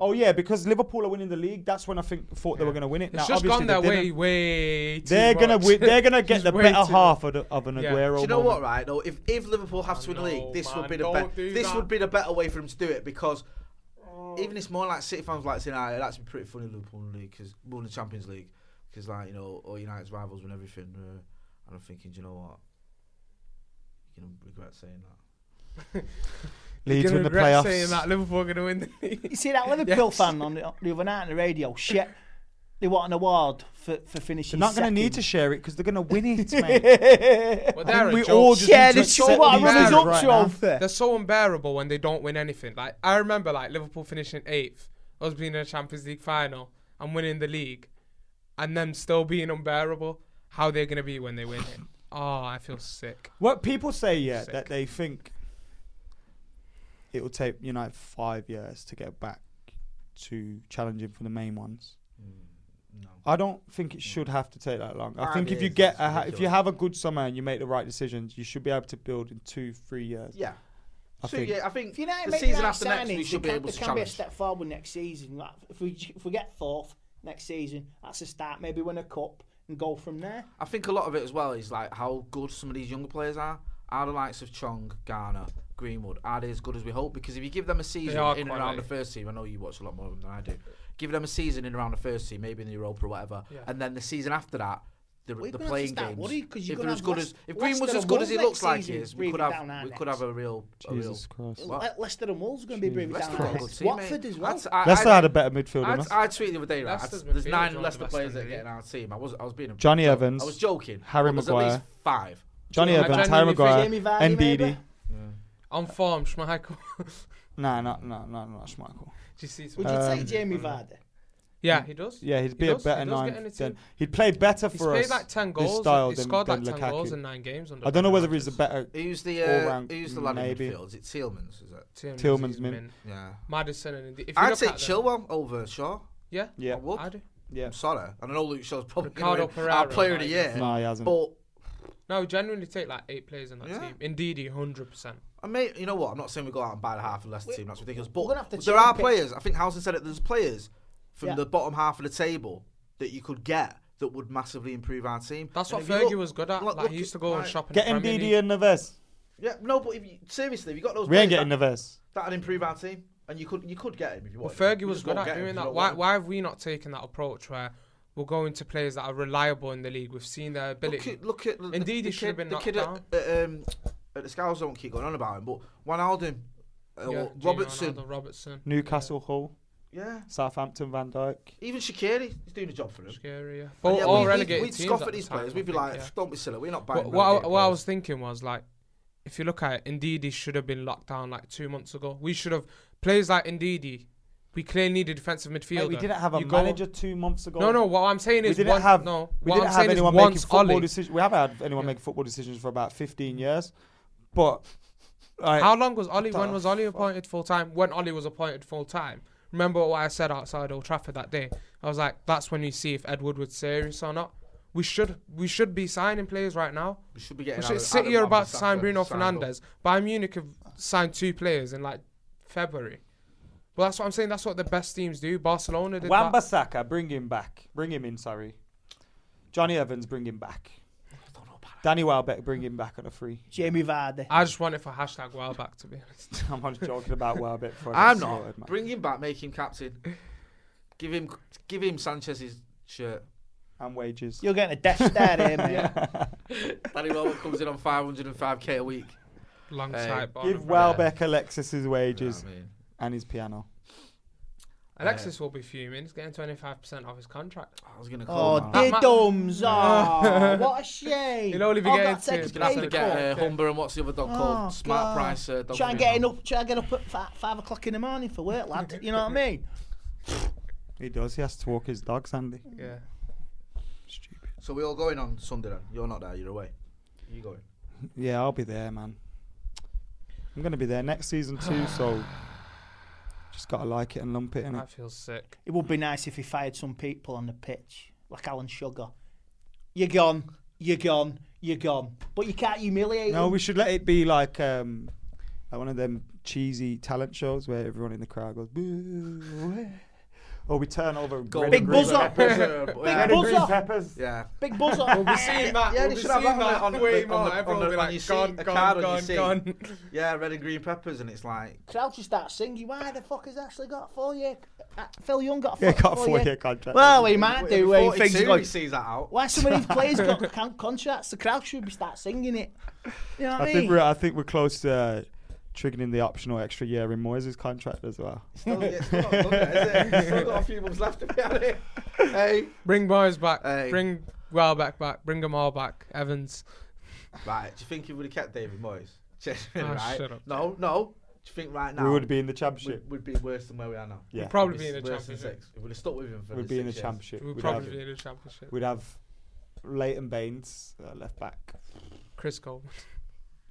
Speaker 1: Oh yeah, because Liverpool are winning the league. That's when I think thought they were gonna win it.
Speaker 3: It's just gone their way, way. Too
Speaker 1: They're gonna
Speaker 3: much.
Speaker 1: win, they're gonna get
Speaker 3: Just
Speaker 1: the
Speaker 3: way
Speaker 1: better
Speaker 3: too
Speaker 1: half of, the, of an
Speaker 3: Yeah.
Speaker 1: Aguero.
Speaker 2: Do you know what,
Speaker 1: moment.
Speaker 2: right? Though, if if Liverpool have to win the
Speaker 3: know,
Speaker 2: league, this
Speaker 3: man,
Speaker 2: would be the
Speaker 3: don't
Speaker 2: be-
Speaker 3: do
Speaker 2: this
Speaker 3: that.
Speaker 2: would be the better way for them to do it because
Speaker 4: Oh.
Speaker 2: even it's more like City fans like saying, "Ah, that's been pretty funny Liverpool in the league because won the Champions League because like you know all United's rivals win everything." Uh, and I'm thinking, do you know what? You're gonna regret saying that.
Speaker 1: Leeds
Speaker 3: Gonna
Speaker 1: win the
Speaker 3: regret
Speaker 1: playoffs.
Speaker 3: Saying that Liverpool are gonna win the league.
Speaker 4: You see that Liverpool fan on the, the other night on the radio? Shit. They want an award for, for finishing
Speaker 1: They're not gonna
Speaker 4: second.
Speaker 1: need to share it because they're gonna win it, mate.
Speaker 3: Well,
Speaker 1: I think
Speaker 3: they're a
Speaker 1: we
Speaker 3: joke.
Speaker 1: all just
Speaker 4: Yeah,
Speaker 1: need to
Speaker 4: this show
Speaker 1: accept
Speaker 4: what
Speaker 1: these
Speaker 4: runners
Speaker 1: things
Speaker 4: up
Speaker 1: right now.
Speaker 4: trophy.
Speaker 3: They're so unbearable when they don't win anything. Like I remember, like Liverpool finishing eighth, us being in the Champions League final and winning the league, and them still being unbearable. How they're gonna be when they win it? Oh, I feel sick.
Speaker 1: What people say, yeah,
Speaker 3: Sick.
Speaker 1: that they think it will take United five years to get back to challenging for the main ones.
Speaker 2: Mm,
Speaker 1: I don't think it should have to take that long. I
Speaker 2: Five
Speaker 1: think if you
Speaker 2: years,
Speaker 1: get a
Speaker 2: that's
Speaker 1: ha- if you
Speaker 2: ridiculous.
Speaker 1: have a good summer and you make the right decisions, you should be able to build in two, three years.
Speaker 2: Yeah.
Speaker 1: I
Speaker 2: so
Speaker 1: think-
Speaker 2: yeah, I think
Speaker 4: If United
Speaker 2: the
Speaker 4: make
Speaker 2: season
Speaker 4: right
Speaker 2: after next we
Speaker 4: signings,
Speaker 2: should
Speaker 4: they
Speaker 2: be
Speaker 4: can-
Speaker 2: able to
Speaker 4: There can be a
Speaker 2: challenge.
Speaker 4: step forward next season. Like, if, we, if we get fourth next season, that's a start. Maybe win a cup and go from there.
Speaker 2: I think a lot of it as well is like how good some of these younger players are. Are the likes of Chong, Garner, Greenwood, are they as good as we hope? Because if you give them a season
Speaker 3: are
Speaker 2: in and around
Speaker 3: quality.
Speaker 2: the first team, I know you watch a lot more of them than I do. Give them a season in and around the first team, maybe in the Europa or whatever, and then the season after that, the,
Speaker 4: We're
Speaker 2: the
Speaker 4: gonna have to
Speaker 2: playing
Speaker 4: start
Speaker 2: games.
Speaker 4: worrying 'cause you're
Speaker 2: if
Speaker 4: gonna
Speaker 2: they're as
Speaker 4: have
Speaker 2: good
Speaker 4: Leic-
Speaker 2: as if Greenwood's
Speaker 4: Leicester
Speaker 2: as good
Speaker 4: and
Speaker 2: as he
Speaker 4: Wolves
Speaker 2: looks like
Speaker 4: next
Speaker 2: he is,
Speaker 4: season
Speaker 2: we could
Speaker 4: breathing down
Speaker 2: have
Speaker 4: our
Speaker 2: we could
Speaker 4: necks.
Speaker 2: have a real. A real
Speaker 1: Jesus Christ.
Speaker 2: What?
Speaker 4: Le- Leicester and Wolves are going to be breathing
Speaker 2: Leicester
Speaker 4: down.
Speaker 2: got a
Speaker 4: our
Speaker 2: good
Speaker 4: necks.
Speaker 2: team, mate.
Speaker 4: Watford as well.
Speaker 2: That's- I-
Speaker 1: Leicester
Speaker 2: I-
Speaker 1: had a better midfield
Speaker 2: I,
Speaker 1: than us.
Speaker 2: I tweeted the other day, right? I,
Speaker 3: Leicester's
Speaker 2: there's
Speaker 3: midfield is
Speaker 2: nine
Speaker 3: one of
Speaker 2: Leicester
Speaker 3: the best
Speaker 2: players
Speaker 3: in the
Speaker 2: that are
Speaker 3: league.
Speaker 2: getting our team. I was I was being a
Speaker 1: Johnny
Speaker 2: joke.
Speaker 1: Evans,
Speaker 2: I was joking.
Speaker 1: Harry
Speaker 2: Well, there's at
Speaker 1: Maguire.
Speaker 2: least five.
Speaker 1: Johnny
Speaker 3: I
Speaker 1: Evans, Harry
Speaker 3: genuinely think
Speaker 1: Maguire,
Speaker 4: Jamie Vardy
Speaker 1: and
Speaker 4: maybe?
Speaker 1: Didi.
Speaker 3: On form, Schmeichel. Do
Speaker 1: Nah, no, no, no, not Schmeichel.
Speaker 3: you see? some-
Speaker 4: Would you take Jamie Vardy?
Speaker 3: yeah, he does.
Speaker 1: Yeah, he'd
Speaker 3: He
Speaker 1: be
Speaker 3: does-
Speaker 1: a
Speaker 3: he
Speaker 1: better
Speaker 3: does get in
Speaker 1: nine.
Speaker 3: the
Speaker 1: Than,
Speaker 3: team.
Speaker 1: he'd play better
Speaker 3: He's
Speaker 1: for
Speaker 3: played
Speaker 1: us.
Speaker 3: like ten
Speaker 1: this
Speaker 3: goals.
Speaker 1: style
Speaker 3: He
Speaker 1: than-
Speaker 3: scored like
Speaker 1: than
Speaker 3: ten
Speaker 1: Lukaku.
Speaker 3: goals in nine games. Under
Speaker 1: I don't know whether he's a
Speaker 3: Fernandes.
Speaker 1: better
Speaker 2: Who's the
Speaker 1: All
Speaker 2: uh,
Speaker 1: round,
Speaker 2: who's the lad
Speaker 1: maybe.
Speaker 2: in midfield? Is it Tielemans? Is it?
Speaker 3: Tillman's,
Speaker 1: Tillman's
Speaker 3: he's
Speaker 1: min.
Speaker 3: min.
Speaker 2: Yeah.
Speaker 3: Madison and if you
Speaker 2: I'd
Speaker 3: look
Speaker 2: take
Speaker 3: at them-
Speaker 2: Chilwell over Shaw.
Speaker 3: Yeah,
Speaker 1: Yeah.
Speaker 2: I would.
Speaker 3: I do.
Speaker 1: Yeah.
Speaker 2: I'm sorry. And I know Luke Shaw's probably
Speaker 3: Ricardo
Speaker 2: gonna win our
Speaker 3: Pereira,
Speaker 2: player of the
Speaker 3: like,
Speaker 2: year.
Speaker 1: No, he hasn't.
Speaker 2: But
Speaker 3: No, genuinely take like eight players in that
Speaker 2: Yeah.
Speaker 3: team. Indeed, hundred percent.
Speaker 2: I mean, you know what? I'm not saying we go out and buy the half of Leicester team. That's ridiculous. But
Speaker 4: we're gonna have to
Speaker 2: there are
Speaker 4: cherry-pick.
Speaker 2: players. I think Housen said it. There's players from
Speaker 4: Yeah.
Speaker 2: the bottom half of the table that you could get that would massively improve our team.
Speaker 3: That's
Speaker 2: And
Speaker 3: what
Speaker 2: if you
Speaker 3: Fergie
Speaker 2: look-
Speaker 3: was good at.
Speaker 2: look-
Speaker 3: like
Speaker 2: look
Speaker 3: he used
Speaker 2: at-
Speaker 3: to go and
Speaker 2: like-
Speaker 3: shop in the
Speaker 1: Getting
Speaker 3: Premier
Speaker 1: Didi and
Speaker 3: League.
Speaker 1: Neves.
Speaker 2: Yeah, no, but if you, seriously, if you got those.
Speaker 1: We ain't
Speaker 2: players
Speaker 1: getting
Speaker 2: that,
Speaker 1: Neves.
Speaker 2: That'd improve our team, and you could you could get him if you
Speaker 3: But
Speaker 2: wanted.
Speaker 3: Fergie
Speaker 2: You
Speaker 3: was
Speaker 2: just
Speaker 3: good
Speaker 2: won't
Speaker 3: at
Speaker 2: get him
Speaker 3: doing
Speaker 2: if you
Speaker 3: that.
Speaker 2: don't
Speaker 3: Why
Speaker 2: want him.
Speaker 3: why have we not taken that approach where we're going to players that are reliable in the league? We've seen their
Speaker 2: Look
Speaker 3: ability.
Speaker 2: at, look at the-
Speaker 3: Indeed,
Speaker 2: the
Speaker 3: he should
Speaker 2: kid-
Speaker 3: have been
Speaker 2: the
Speaker 3: knocked
Speaker 2: kid
Speaker 3: down.
Speaker 2: At, at, um, at the Scouse don't keep going on about him, but Wijnaldum, uh,
Speaker 3: Yeah,
Speaker 2: or
Speaker 3: Gino
Speaker 2: Robertson,
Speaker 3: Ronaldo, Robertson,
Speaker 1: Newcastle Hull.
Speaker 2: yeah,
Speaker 1: Southampton, Van Dyke.
Speaker 2: even Shaqiri, he's doing a job for him.
Speaker 3: Gary. Yeah.
Speaker 2: And
Speaker 3: But
Speaker 2: yeah, we-
Speaker 3: all
Speaker 2: we-
Speaker 3: relegated
Speaker 2: We'd
Speaker 3: teams
Speaker 2: scoff
Speaker 3: at
Speaker 2: at
Speaker 3: the
Speaker 2: these
Speaker 3: time,
Speaker 2: players.
Speaker 3: I
Speaker 2: We'd be
Speaker 3: think,
Speaker 2: like,
Speaker 3: yeah.
Speaker 2: "Don't be silly. We're not buying."
Speaker 3: What, what, I,
Speaker 2: relegated
Speaker 3: what I
Speaker 2: players."
Speaker 3: was thinking was like, if you look at it, Ndidi should have been locked down like two months ago. We should have players like Ndidi We clearly need a defensive midfielder.
Speaker 1: Mate, we didn't have a
Speaker 3: You go-
Speaker 1: manager two months ago.
Speaker 3: No, no. What I'm saying
Speaker 1: we
Speaker 3: is
Speaker 1: didn't
Speaker 3: one-
Speaker 1: have
Speaker 3: no.
Speaker 1: we
Speaker 3: what
Speaker 1: didn't
Speaker 3: I'm
Speaker 1: have
Speaker 3: saying is
Speaker 1: anyone making
Speaker 3: once
Speaker 1: football
Speaker 3: Ollie-
Speaker 1: decisions. We haven't had anyone make football decisions for about 15 years. But like,
Speaker 3: How long was Ollie?
Speaker 1: What
Speaker 3: When
Speaker 1: the
Speaker 3: was Ollie appointed full time? When Ollie was appointed full time. Remember what I said outside Old Trafford that day? I was like, that's when you see if Edward was serious or not. We should we should be signing players right now.
Speaker 2: We should be getting
Speaker 3: We
Speaker 2: Adam-
Speaker 3: should, City
Speaker 2: Adam
Speaker 3: are about to
Speaker 2: Wan-Bissaka
Speaker 3: sign Bruno
Speaker 2: signed up.
Speaker 3: Fernandez. Bayern Munich have signed two players in like February. Well, that's what I'm saying. That's what the best teams do. Barcelona did
Speaker 1: Wan
Speaker 3: that.
Speaker 1: Bissaka, bring him back. Bring him in, sorry. Johnny Evans, bring him back. Danny Welbeck, bring him back on a free.
Speaker 4: Jamie Vardy.
Speaker 3: I just want it for hashtag Welbeck to be honest.
Speaker 1: I'm not joking about Welbeck. before I
Speaker 2: I'm
Speaker 1: get
Speaker 2: not.
Speaker 1: sorted, man.
Speaker 2: Bring him back, make him captain. Give him give him Sanchez's shirt.
Speaker 1: and wages.
Speaker 4: You're getting a death stare here, mate.
Speaker 2: Danny Welbeck comes in on 505k a week.
Speaker 3: Long
Speaker 2: Hey,
Speaker 3: time.
Speaker 1: Give Welbeck Alexis's wages
Speaker 2: I mean,
Speaker 1: and his piano.
Speaker 3: Alexis will be fuming. He's getting 25% off his contract.
Speaker 2: I was gonna call.
Speaker 4: Oh,
Speaker 2: him.
Speaker 3: That ma-
Speaker 4: diddums. Oh, what a shame.
Speaker 3: He'll only be
Speaker 4: Oh,
Speaker 3: getting
Speaker 4: that
Speaker 3: to-
Speaker 4: takes
Speaker 3: He's
Speaker 2: Gonna have to
Speaker 4: eight
Speaker 2: get
Speaker 4: o'clock.
Speaker 2: uh, Humber and what's the other dog called? Smart Price. Uh, dog
Speaker 4: Try and
Speaker 2: name.
Speaker 4: get up. Try and get up at five, five o'clock in the morning for work, lad. You know what I mean?
Speaker 1: He does. He has to walk his dogs, Andy.
Speaker 3: Yeah.
Speaker 1: Stupid.
Speaker 2: So we're all going on Sunday then. You're not there. You're away. You going?
Speaker 1: Yeah, I'll be there, man. I'm gonna be there next season too. so just gotta like it and lump it in.
Speaker 3: That feels sick.
Speaker 4: It would be nice if he fired some people on the pitch, like Alan Sugar. You're gone. You're gone. You're gone. But you can't humiliate
Speaker 1: No,
Speaker 4: him.
Speaker 1: we should let it be like um, like one of them cheesy talent shows where everyone in the crowd goes boo, eh." or we turn over and red
Speaker 4: Big
Speaker 1: and green
Speaker 4: buzz up.
Speaker 1: peppers.
Speaker 4: Big
Speaker 1: Red and green
Speaker 4: buzz up.
Speaker 1: peppers.
Speaker 2: Yeah.
Speaker 4: Big buzz up.
Speaker 3: We'll be seeing that.
Speaker 2: Yeah,
Speaker 3: we'll
Speaker 2: they
Speaker 3: be
Speaker 2: should have
Speaker 3: seeing
Speaker 2: that on
Speaker 3: that
Speaker 2: the- on the-
Speaker 3: way
Speaker 2: on
Speaker 3: more.
Speaker 2: the-
Speaker 3: Everyone
Speaker 2: on
Speaker 3: will
Speaker 2: the-
Speaker 3: be
Speaker 2: on your
Speaker 3: like,
Speaker 2: seat,
Speaker 3: gone,
Speaker 2: a card
Speaker 3: gone,
Speaker 2: on your
Speaker 3: gone,
Speaker 2: seat.
Speaker 3: gone.
Speaker 2: Yeah, red and green peppers, and it's like
Speaker 4: Crouchy starts singing. Why the fuck has Ashley got a four year? Uh, Phil Young got a four,
Speaker 1: Yeah, got a
Speaker 4: four
Speaker 1: four year
Speaker 4: year.
Speaker 1: contract.
Speaker 4: Well, he might do. Where he
Speaker 2: Forty-two,
Speaker 4: thinks
Speaker 2: he
Speaker 4: like,
Speaker 2: sees that out.
Speaker 4: why some of these players got con- contracts? The crowd should be start singing it. You know what
Speaker 1: I
Speaker 4: I
Speaker 1: think
Speaker 4: mean?
Speaker 1: we're I think we're close to uh, triggering the optional extra year in Moyes' contract as well.
Speaker 2: Still, yeah, still not done yet, is it? Still got a few months left to be on it. Hey.
Speaker 3: Bring boys back.
Speaker 2: Hey.
Speaker 3: Bring Welbeck back. Bring them all back. Evans.
Speaker 2: Right, do you think he would have kept David Moyes? right?
Speaker 3: Ah, shut up.
Speaker 2: No, no. Do you think right now
Speaker 1: we would be in the
Speaker 2: we'd,
Speaker 1: championship.
Speaker 2: we'd be worse than where we are now?
Speaker 1: yeah,
Speaker 3: Probably be in the
Speaker 2: Worse than
Speaker 3: championship.
Speaker 2: six. If we'd have stuck with him for
Speaker 1: we'd
Speaker 2: six
Speaker 1: be in the
Speaker 2: years.
Speaker 1: championship.
Speaker 3: We'll
Speaker 1: We'd
Speaker 3: probably
Speaker 1: have,
Speaker 3: be in the championship.
Speaker 1: we'd have Leighton Baines uh, left back.
Speaker 3: Chris Coleman.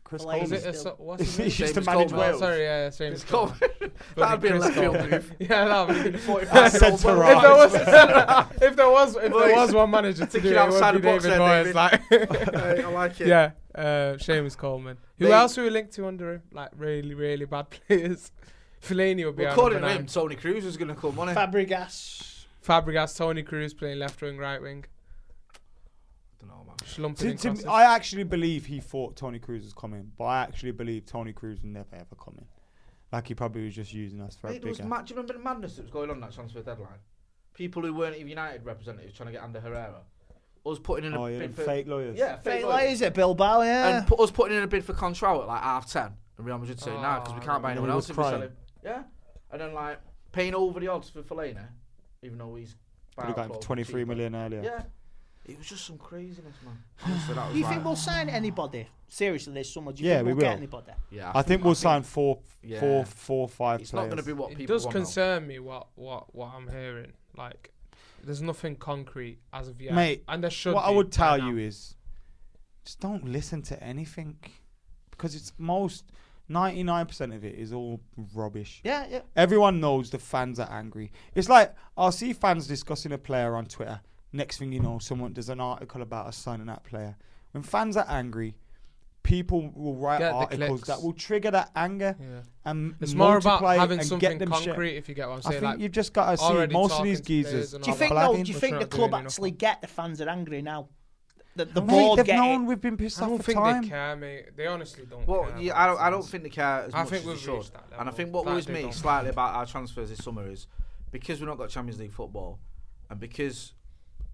Speaker 1: Chris
Speaker 4: Leighton.
Speaker 3: Is
Speaker 1: Coleman.
Speaker 3: it
Speaker 4: Still-
Speaker 3: a, so- what's his
Speaker 1: he
Speaker 3: name?
Speaker 1: used to
Speaker 2: James
Speaker 1: manage
Speaker 2: Coleman.
Speaker 1: Wales.
Speaker 3: Sorry, yeah, yeah, same.
Speaker 2: It's
Speaker 3: as
Speaker 2: cool.
Speaker 3: Coleman.
Speaker 2: That'd be a
Speaker 3: Chris
Speaker 2: left field
Speaker 3: Coleman.
Speaker 2: move.
Speaker 3: Yeah, that'd be.
Speaker 1: I said to
Speaker 3: If there
Speaker 1: right.
Speaker 3: was, if there was, if there was one manager to
Speaker 2: Thinking
Speaker 3: do it, it would
Speaker 2: outside
Speaker 3: be
Speaker 2: the box
Speaker 3: David
Speaker 2: there,
Speaker 3: Moyes. Like,
Speaker 2: Hey, I like it.
Speaker 3: yeah, uh, Seamus Coleman. Who
Speaker 2: They-
Speaker 3: else were we linked to under him? Like really, really bad players. Fellaini would be our
Speaker 2: According
Speaker 3: number
Speaker 2: to
Speaker 3: nine.
Speaker 2: him, Tony Cruz was going to come on it.
Speaker 4: Fabregas.
Speaker 3: Fabregas, Tony Cruz playing left wing, right wing.
Speaker 2: don't know, man.
Speaker 3: Slumping
Speaker 1: To,
Speaker 3: in
Speaker 1: to,
Speaker 3: crosses.
Speaker 1: me- I actually believe he thought Tony Cruz was coming, but I actually believe Tony Cruz would never ever come in. Like he probably was just using us for
Speaker 2: Mate,
Speaker 1: a
Speaker 2: there was
Speaker 1: bigger.
Speaker 2: ma- do you remember the madness that was going on that transfer deadline? People who weren't even United representatives trying to get Ander Herrera. Us putting in a
Speaker 1: oh, yeah,
Speaker 2: bid
Speaker 1: them
Speaker 2: for
Speaker 1: fake lawyers.
Speaker 2: Yeah, fake,
Speaker 4: Fake
Speaker 2: lawyers.
Speaker 4: like, is it Bilbao? Yeah.
Speaker 2: And put us putting in a bid for Contrao at like half ten, and Real Madrid saying nah because we can't buy anyone
Speaker 1: he
Speaker 2: else
Speaker 1: was
Speaker 2: if we sell
Speaker 1: crying.
Speaker 2: him. Yeah, and then like paying over the odds for Fellaini, even though he's
Speaker 1: Could have got him for 23 million earlier.
Speaker 2: Yeah, it was just some craziness, man. Honestly, that was
Speaker 4: Do you
Speaker 2: like-
Speaker 4: think we'll sign anybody? Seriously, this summer, do you
Speaker 1: Yeah,
Speaker 4: think
Speaker 1: we
Speaker 4: we'll get
Speaker 1: will.
Speaker 4: anybody?
Speaker 2: Yeah,
Speaker 1: I think we'll sign four,
Speaker 2: Yeah.
Speaker 1: four, four, five
Speaker 2: It's
Speaker 1: players.
Speaker 2: not going to be what
Speaker 3: it
Speaker 2: people
Speaker 3: does
Speaker 2: want. though.
Speaker 3: concern me what, what, what I'm hearing. Like, there's nothing concrete as of yet.
Speaker 1: Mate,
Speaker 3: and there should
Speaker 1: what I
Speaker 3: be
Speaker 1: would
Speaker 3: by
Speaker 1: tell
Speaker 3: now.
Speaker 1: you is just don't listen to anything because it's most 99% of it is all rubbish.
Speaker 4: Yeah, yeah.
Speaker 1: Everyone knows the fans are angry. It's like I'll see fans discussing a player on Twitter. Next thing you know, someone does an article about us signing that player. When fans are angry, people will write
Speaker 3: Get the
Speaker 1: articles
Speaker 3: clicks.
Speaker 1: that will trigger that anger and
Speaker 3: It's more about
Speaker 1: multiply it
Speaker 3: having
Speaker 1: and
Speaker 3: something
Speaker 1: get them shit.
Speaker 3: concrete, if you get what I'm
Speaker 1: I
Speaker 3: saying,
Speaker 1: think
Speaker 3: like,
Speaker 1: you've just got to see
Speaker 3: already
Speaker 1: most of
Speaker 3: talking
Speaker 1: these
Speaker 3: to players
Speaker 1: geezers.
Speaker 3: and
Speaker 4: Do you
Speaker 3: Not
Speaker 4: think
Speaker 3: bad.
Speaker 4: no? Do
Speaker 1: blagging.
Speaker 4: you
Speaker 3: We're
Speaker 4: think
Speaker 3: not
Speaker 4: the club
Speaker 3: doing enough.
Speaker 4: actually get the fans are angry now? The, the
Speaker 1: Mate,
Speaker 4: board
Speaker 1: they've
Speaker 4: get
Speaker 1: known
Speaker 4: it.
Speaker 1: we've been pissed
Speaker 3: I
Speaker 1: off
Speaker 3: don't
Speaker 1: for
Speaker 3: think
Speaker 1: time.
Speaker 3: they care, mate. They honestly don't
Speaker 2: Well,
Speaker 3: care.
Speaker 2: yeah,
Speaker 3: about
Speaker 2: I don't, I don't
Speaker 3: fans.
Speaker 2: think they care as
Speaker 3: I
Speaker 2: much
Speaker 3: think
Speaker 2: as they
Speaker 3: we've reached
Speaker 2: should.
Speaker 3: that
Speaker 2: And I
Speaker 3: level.
Speaker 2: think what
Speaker 3: That
Speaker 2: worries
Speaker 3: they
Speaker 2: me
Speaker 3: don't.
Speaker 2: slightly about our transfers this summer is because we've not got Champions League football, and because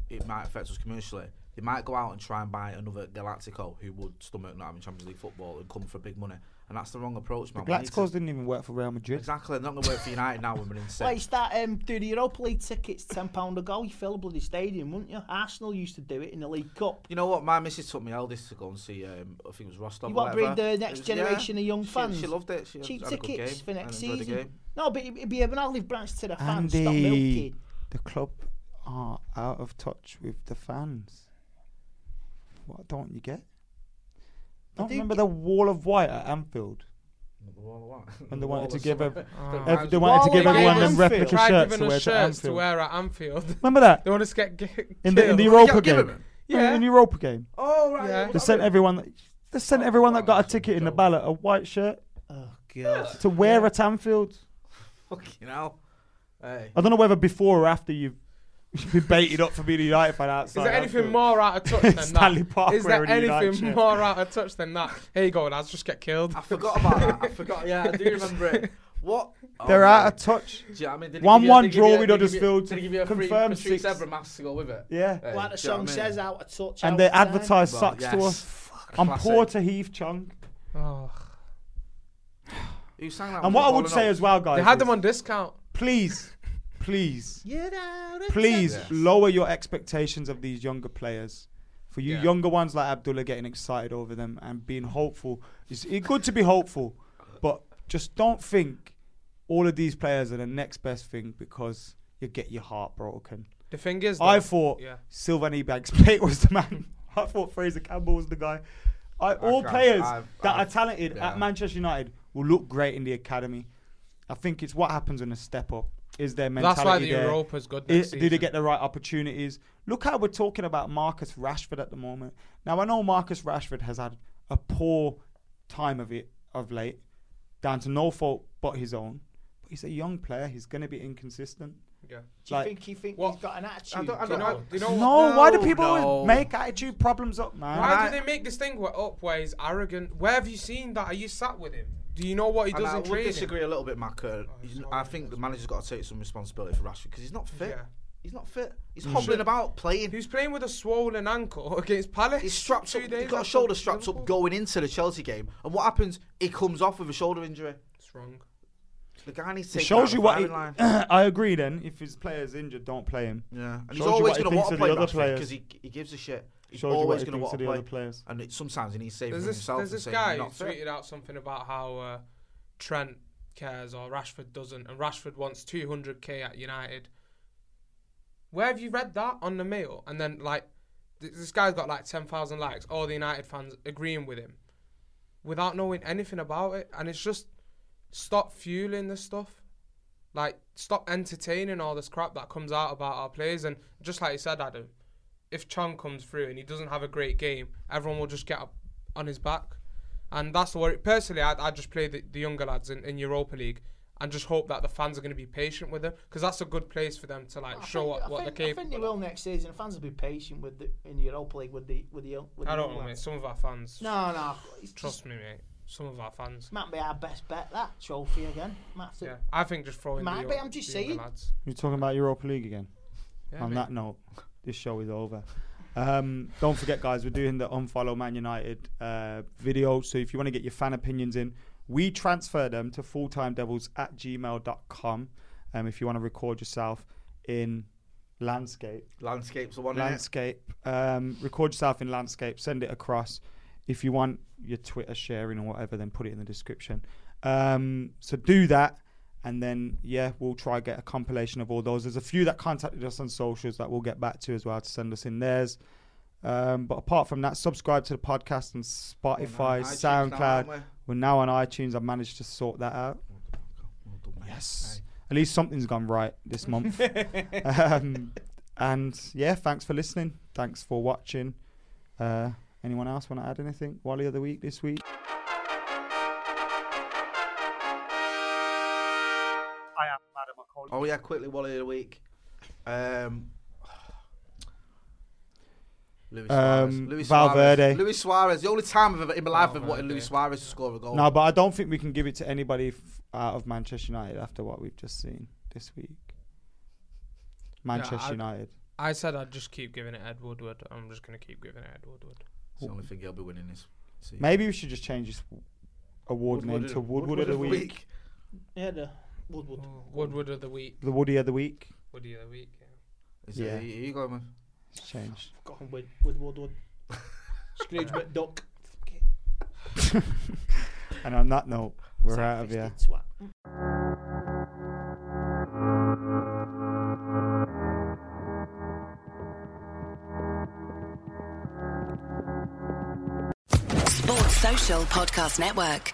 Speaker 2: it might affect us commercially, They might go out and try and buy another Galactico who would stomach not having Champions League football and come for big money. And that's the wrong approach, man. We need to-
Speaker 1: Galacticos didn't even work for Real Madrid.
Speaker 2: Exactly. They're not going to work for United now when we're in
Speaker 4: Like
Speaker 2: sixth.
Speaker 4: that, um, do the Europa League tickets ten pound a go? You fill a bloody stadium, wouldn't you? Arsenal used to do it in the League Cup.
Speaker 2: You know what? My missus took me eldest to go and see. Um, I think it was Rostov.
Speaker 4: You
Speaker 2: or
Speaker 4: want to bring
Speaker 2: whatever.
Speaker 4: the
Speaker 2: It
Speaker 4: next
Speaker 2: was-
Speaker 4: generation
Speaker 2: yeah.
Speaker 4: of young
Speaker 2: She-
Speaker 4: fans.
Speaker 2: She, loved it. She had-
Speaker 4: Cheap
Speaker 2: had a good
Speaker 4: tickets
Speaker 2: game
Speaker 4: for next
Speaker 2: and enjoyed the
Speaker 4: season.
Speaker 2: game.
Speaker 4: No, but it'd be an olive branch to the fans. Stop
Speaker 1: Andy,
Speaker 4: milking.
Speaker 1: the club are out of touch with the fans. What don't you get? Don't
Speaker 4: do
Speaker 1: remember the wall of white at Anfield when they wanted to give ev- ev- they wanted to
Speaker 4: Wall
Speaker 1: give
Speaker 4: of
Speaker 1: everyone
Speaker 4: white
Speaker 1: them
Speaker 4: at
Speaker 1: replica
Speaker 4: Anfield.
Speaker 3: Try
Speaker 1: shirts to
Speaker 3: giving
Speaker 1: wear
Speaker 3: us
Speaker 1: to
Speaker 3: shirts to
Speaker 1: Anfield.
Speaker 3: wear at Anfield.
Speaker 1: Remember that
Speaker 3: they want us to get g-
Speaker 1: in the in the
Speaker 3: killed.
Speaker 1: Europa
Speaker 2: give
Speaker 1: game.
Speaker 2: 'em.
Speaker 1: Yeah,
Speaker 3: Yeah.
Speaker 1: in Europa game,
Speaker 2: Oh right.
Speaker 3: Yeah.
Speaker 2: yeah.
Speaker 1: they sent everyone. That, they sent everyone that got a ticket in the ballot a white shirt
Speaker 4: Oh god.
Speaker 1: to wear at Anfield.
Speaker 2: Fucking hell. Hey.
Speaker 1: I don't know whether before or after you've been baited up for being a United fan outside.
Speaker 3: Is there anything
Speaker 1: Anfield.
Speaker 3: more out of touch than
Speaker 1: Stanley
Speaker 3: that?
Speaker 1: Park
Speaker 3: Is there
Speaker 1: wearing a United
Speaker 3: anything
Speaker 1: shirt.
Speaker 3: more out of touch than that? Here you go, lads, just get killed.
Speaker 2: I forgot about that. I forgot. Yeah, I do remember it. What? Oh,
Speaker 1: They're
Speaker 2: man.
Speaker 1: out of touch.
Speaker 2: Do you know what I mean? Did he give you-
Speaker 1: One-one
Speaker 2: did he give
Speaker 1: draw
Speaker 2: you-
Speaker 1: with
Speaker 2: did he give you-
Speaker 1: Huddersfield
Speaker 2: Did he give you a free
Speaker 1: confirmed
Speaker 2: Patrice
Speaker 1: six.
Speaker 2: Evra mask to go with it?
Speaker 1: Yeah.
Speaker 2: Hey,
Speaker 4: Like the
Speaker 2: do you
Speaker 4: song
Speaker 2: know what I mean?
Speaker 4: says, out of touch.
Speaker 1: and
Speaker 4: out
Speaker 1: they
Speaker 4: of time.
Speaker 1: advertise
Speaker 2: Well,
Speaker 1: sucks to
Speaker 2: yes.
Speaker 1: us. I'm
Speaker 2: Classic.
Speaker 1: poor to Heath Chung.
Speaker 3: Oh.
Speaker 2: Who sang that?
Speaker 1: And
Speaker 2: Was
Speaker 1: what I
Speaker 2: it
Speaker 1: would
Speaker 2: Paul
Speaker 1: say
Speaker 2: Lennon?
Speaker 1: as well, guys,
Speaker 3: They had
Speaker 1: is
Speaker 3: them on discount.
Speaker 1: please, please,
Speaker 4: You're out of
Speaker 1: please
Speaker 4: touch.
Speaker 1: lower your expectations of these younger players. For you
Speaker 3: Yeah.
Speaker 1: younger ones like Abdullah getting excited over them and being hopeful. It's it's good to be hopeful, but just don't think all of these players are the next best thing because you get your heart broken.
Speaker 3: The thing is,
Speaker 1: I
Speaker 3: though-
Speaker 1: thought
Speaker 3: Yeah.
Speaker 1: Sylvan Ebanks Plate was the man. I thought Fraser Campbell was the guy. I, all
Speaker 2: can't-
Speaker 1: players
Speaker 2: I've-
Speaker 1: that
Speaker 2: I've-
Speaker 1: are talented
Speaker 2: yeah.
Speaker 1: at Manchester United will look great in the academy. I think it's what happens when a step up. Is their mentality
Speaker 3: That's why the
Speaker 1: there?
Speaker 3: Europa's good
Speaker 1: I-
Speaker 3: next
Speaker 1: do they
Speaker 3: season.
Speaker 1: get the right opportunities? Look how we're talking about Marcus Rashford at the moment. Now I know Marcus Rashford has had a poor time of it of late, down to no fault but his own. But he's a young player. He's going to be inconsistent.
Speaker 3: Yeah.
Speaker 4: Do you
Speaker 1: like-
Speaker 4: think you think
Speaker 3: What?
Speaker 4: he's got an attitude?
Speaker 2: I don't- I
Speaker 3: Do you
Speaker 2: don't-
Speaker 3: know, do you know what?
Speaker 1: No, why do
Speaker 2: No,
Speaker 1: people
Speaker 2: no.
Speaker 1: always make attitude problems up, man?
Speaker 3: Why do they make this thing where up where he's arrogant? Where have you seen that? Are you sat with him? Do you know what he
Speaker 2: And
Speaker 3: does
Speaker 2: I
Speaker 3: in
Speaker 2: would
Speaker 3: training?
Speaker 2: disagree a little bit, Mac.
Speaker 3: Oh,
Speaker 2: Uh, he's- I think the manager's got to take some responsibility for Rashford because he's not fit.
Speaker 3: Yeah.
Speaker 2: He's not fit. He's
Speaker 1: Mm.
Speaker 2: hobbling about playing.
Speaker 3: He was playing with a swollen ankle against Palace.
Speaker 2: He's strapped
Speaker 3: two
Speaker 2: up.
Speaker 3: days
Speaker 2: He's got a
Speaker 3: after
Speaker 2: shoulder strapped up
Speaker 3: Liverpool.
Speaker 2: going into the Chelsea game, and what happens? He comes off with a shoulder injury.
Speaker 3: It's wrong.
Speaker 2: The guy needs to
Speaker 1: It
Speaker 2: take
Speaker 1: shows
Speaker 2: him
Speaker 1: you what.
Speaker 2: out of the
Speaker 1: He,
Speaker 2: firing line.
Speaker 1: I agree. Then, if his player's injured, don't play him.
Speaker 2: Yeah, and he's
Speaker 1: Shows you
Speaker 2: always
Speaker 1: what he
Speaker 2: going to
Speaker 1: thinks
Speaker 2: want to
Speaker 1: of the
Speaker 2: play
Speaker 1: other
Speaker 2: Rashford
Speaker 1: players.
Speaker 2: because he, he gives a shit. He's
Speaker 1: Shows you what
Speaker 2: always
Speaker 1: he
Speaker 2: going to
Speaker 1: thinks
Speaker 2: want
Speaker 1: of the
Speaker 2: to play.
Speaker 1: other players.
Speaker 2: And it, sometimes he needs saving
Speaker 3: There's this,
Speaker 2: himself.
Speaker 3: there's
Speaker 2: and
Speaker 3: this
Speaker 2: saying,
Speaker 3: guy
Speaker 2: "You're
Speaker 3: who
Speaker 2: not fit."
Speaker 3: tweeted out something about how uh, Trent cares or Rashford doesn't, and Rashford wants 200k at United. Where have you read that on the mail? And then like, th- this guy's got like 10,000 likes. All the United fans agreeing with him, without knowing anything about it. And it's just stop fueling this stuff. Like, stop entertaining all this crap that comes out about our players. And just like you said, Adam, if Chong comes through and he doesn't have a great game, everyone will just get up on his back. And that's the worry. Personally, I, I just play the, the younger lads in, in Europa League and just hope that the fans are going to be patient with them because that's a good place for them to like
Speaker 4: I
Speaker 3: show
Speaker 4: think,
Speaker 3: what,
Speaker 4: I
Speaker 3: what they're
Speaker 4: think, I
Speaker 3: capable
Speaker 4: think they will next season. The fans will be patient with the in the Europa League with the with the with the
Speaker 3: I don't
Speaker 4: young
Speaker 3: know, mate.
Speaker 4: lads.
Speaker 3: Some of our fans,
Speaker 4: No, no. It's
Speaker 3: trust me, mate. Some of our fans.
Speaker 4: Might be our best bet that trophy again. Might have to-
Speaker 3: Yeah, I think just throwing
Speaker 4: Might
Speaker 3: the,
Speaker 4: be,
Speaker 3: yo-
Speaker 4: I'm just
Speaker 3: the younger
Speaker 4: saying.
Speaker 3: lads.
Speaker 1: You're talking about Europa League again.
Speaker 3: Yeah,
Speaker 1: On
Speaker 3: mate.
Speaker 1: that note, this show is over. Um, don't forget, guys, we're doing the unfollow Man United uh, video. So if you want to get your fan opinions in, we transfer them to fulltimedevils at gmail.com. Um, if you want to record yourself in landscape,
Speaker 2: Landscape's the one. innit?
Speaker 1: landscape. Um, record yourself in landscape. Send it across. If you want your Twitter sharing or whatever, then put it in the description. Um, so do that, and then yeah, we'll try get a compilation of all those. There's a few that contacted us on socials that we'll get back to as well to send us in theirs. Um, but apart from that, subscribe to the podcast on Spotify,
Speaker 2: iTunes now,
Speaker 1: SoundCloud.
Speaker 2: aren't we?
Speaker 1: We're now on iTunes. I've managed to sort that out.
Speaker 2: Well done, mate.
Speaker 1: Yes. At least something's gone right this month. um, and yeah, thanks for listening. Thanks for watching. Uh, anyone else want to add anything? Wally of the week this week? I am Madam McCauley.
Speaker 2: Oh yeah, quickly Wally of the week. Um, Luis Suarez.
Speaker 1: Um,
Speaker 2: Luis
Speaker 1: Valverde.
Speaker 2: Suarez. Luis Suarez. The only time I've ever in my life I've wanted
Speaker 3: Valverde.
Speaker 2: Luis Suarez to score a goal.
Speaker 1: No, but I don't think we can give it to anybody f- out of Manchester United after what we've just seen this week. Manchester
Speaker 3: I-
Speaker 1: United.
Speaker 3: I said I'd just keep giving it Ed Woodward. I'm just gonna keep giving it Ed Woodward.
Speaker 2: It's the only thing he'll be winning this season.
Speaker 1: Maybe we should just change this award name to Woodward of the week.
Speaker 4: Yeah, the Woodward.
Speaker 3: Oh, Woodward of the week.
Speaker 1: The Woody of the week.
Speaker 3: Woody of the week. Yeah.
Speaker 2: Is
Speaker 1: Yeah.
Speaker 2: it, who you going with?
Speaker 1: It's changed.
Speaker 4: Got him with, with Woodward. Scrooge McDuck. Fuck it.
Speaker 1: And on that note, we're out of
Speaker 4: Fisted
Speaker 1: here.
Speaker 4: Swat.
Speaker 5: Sports Social Podcast Network.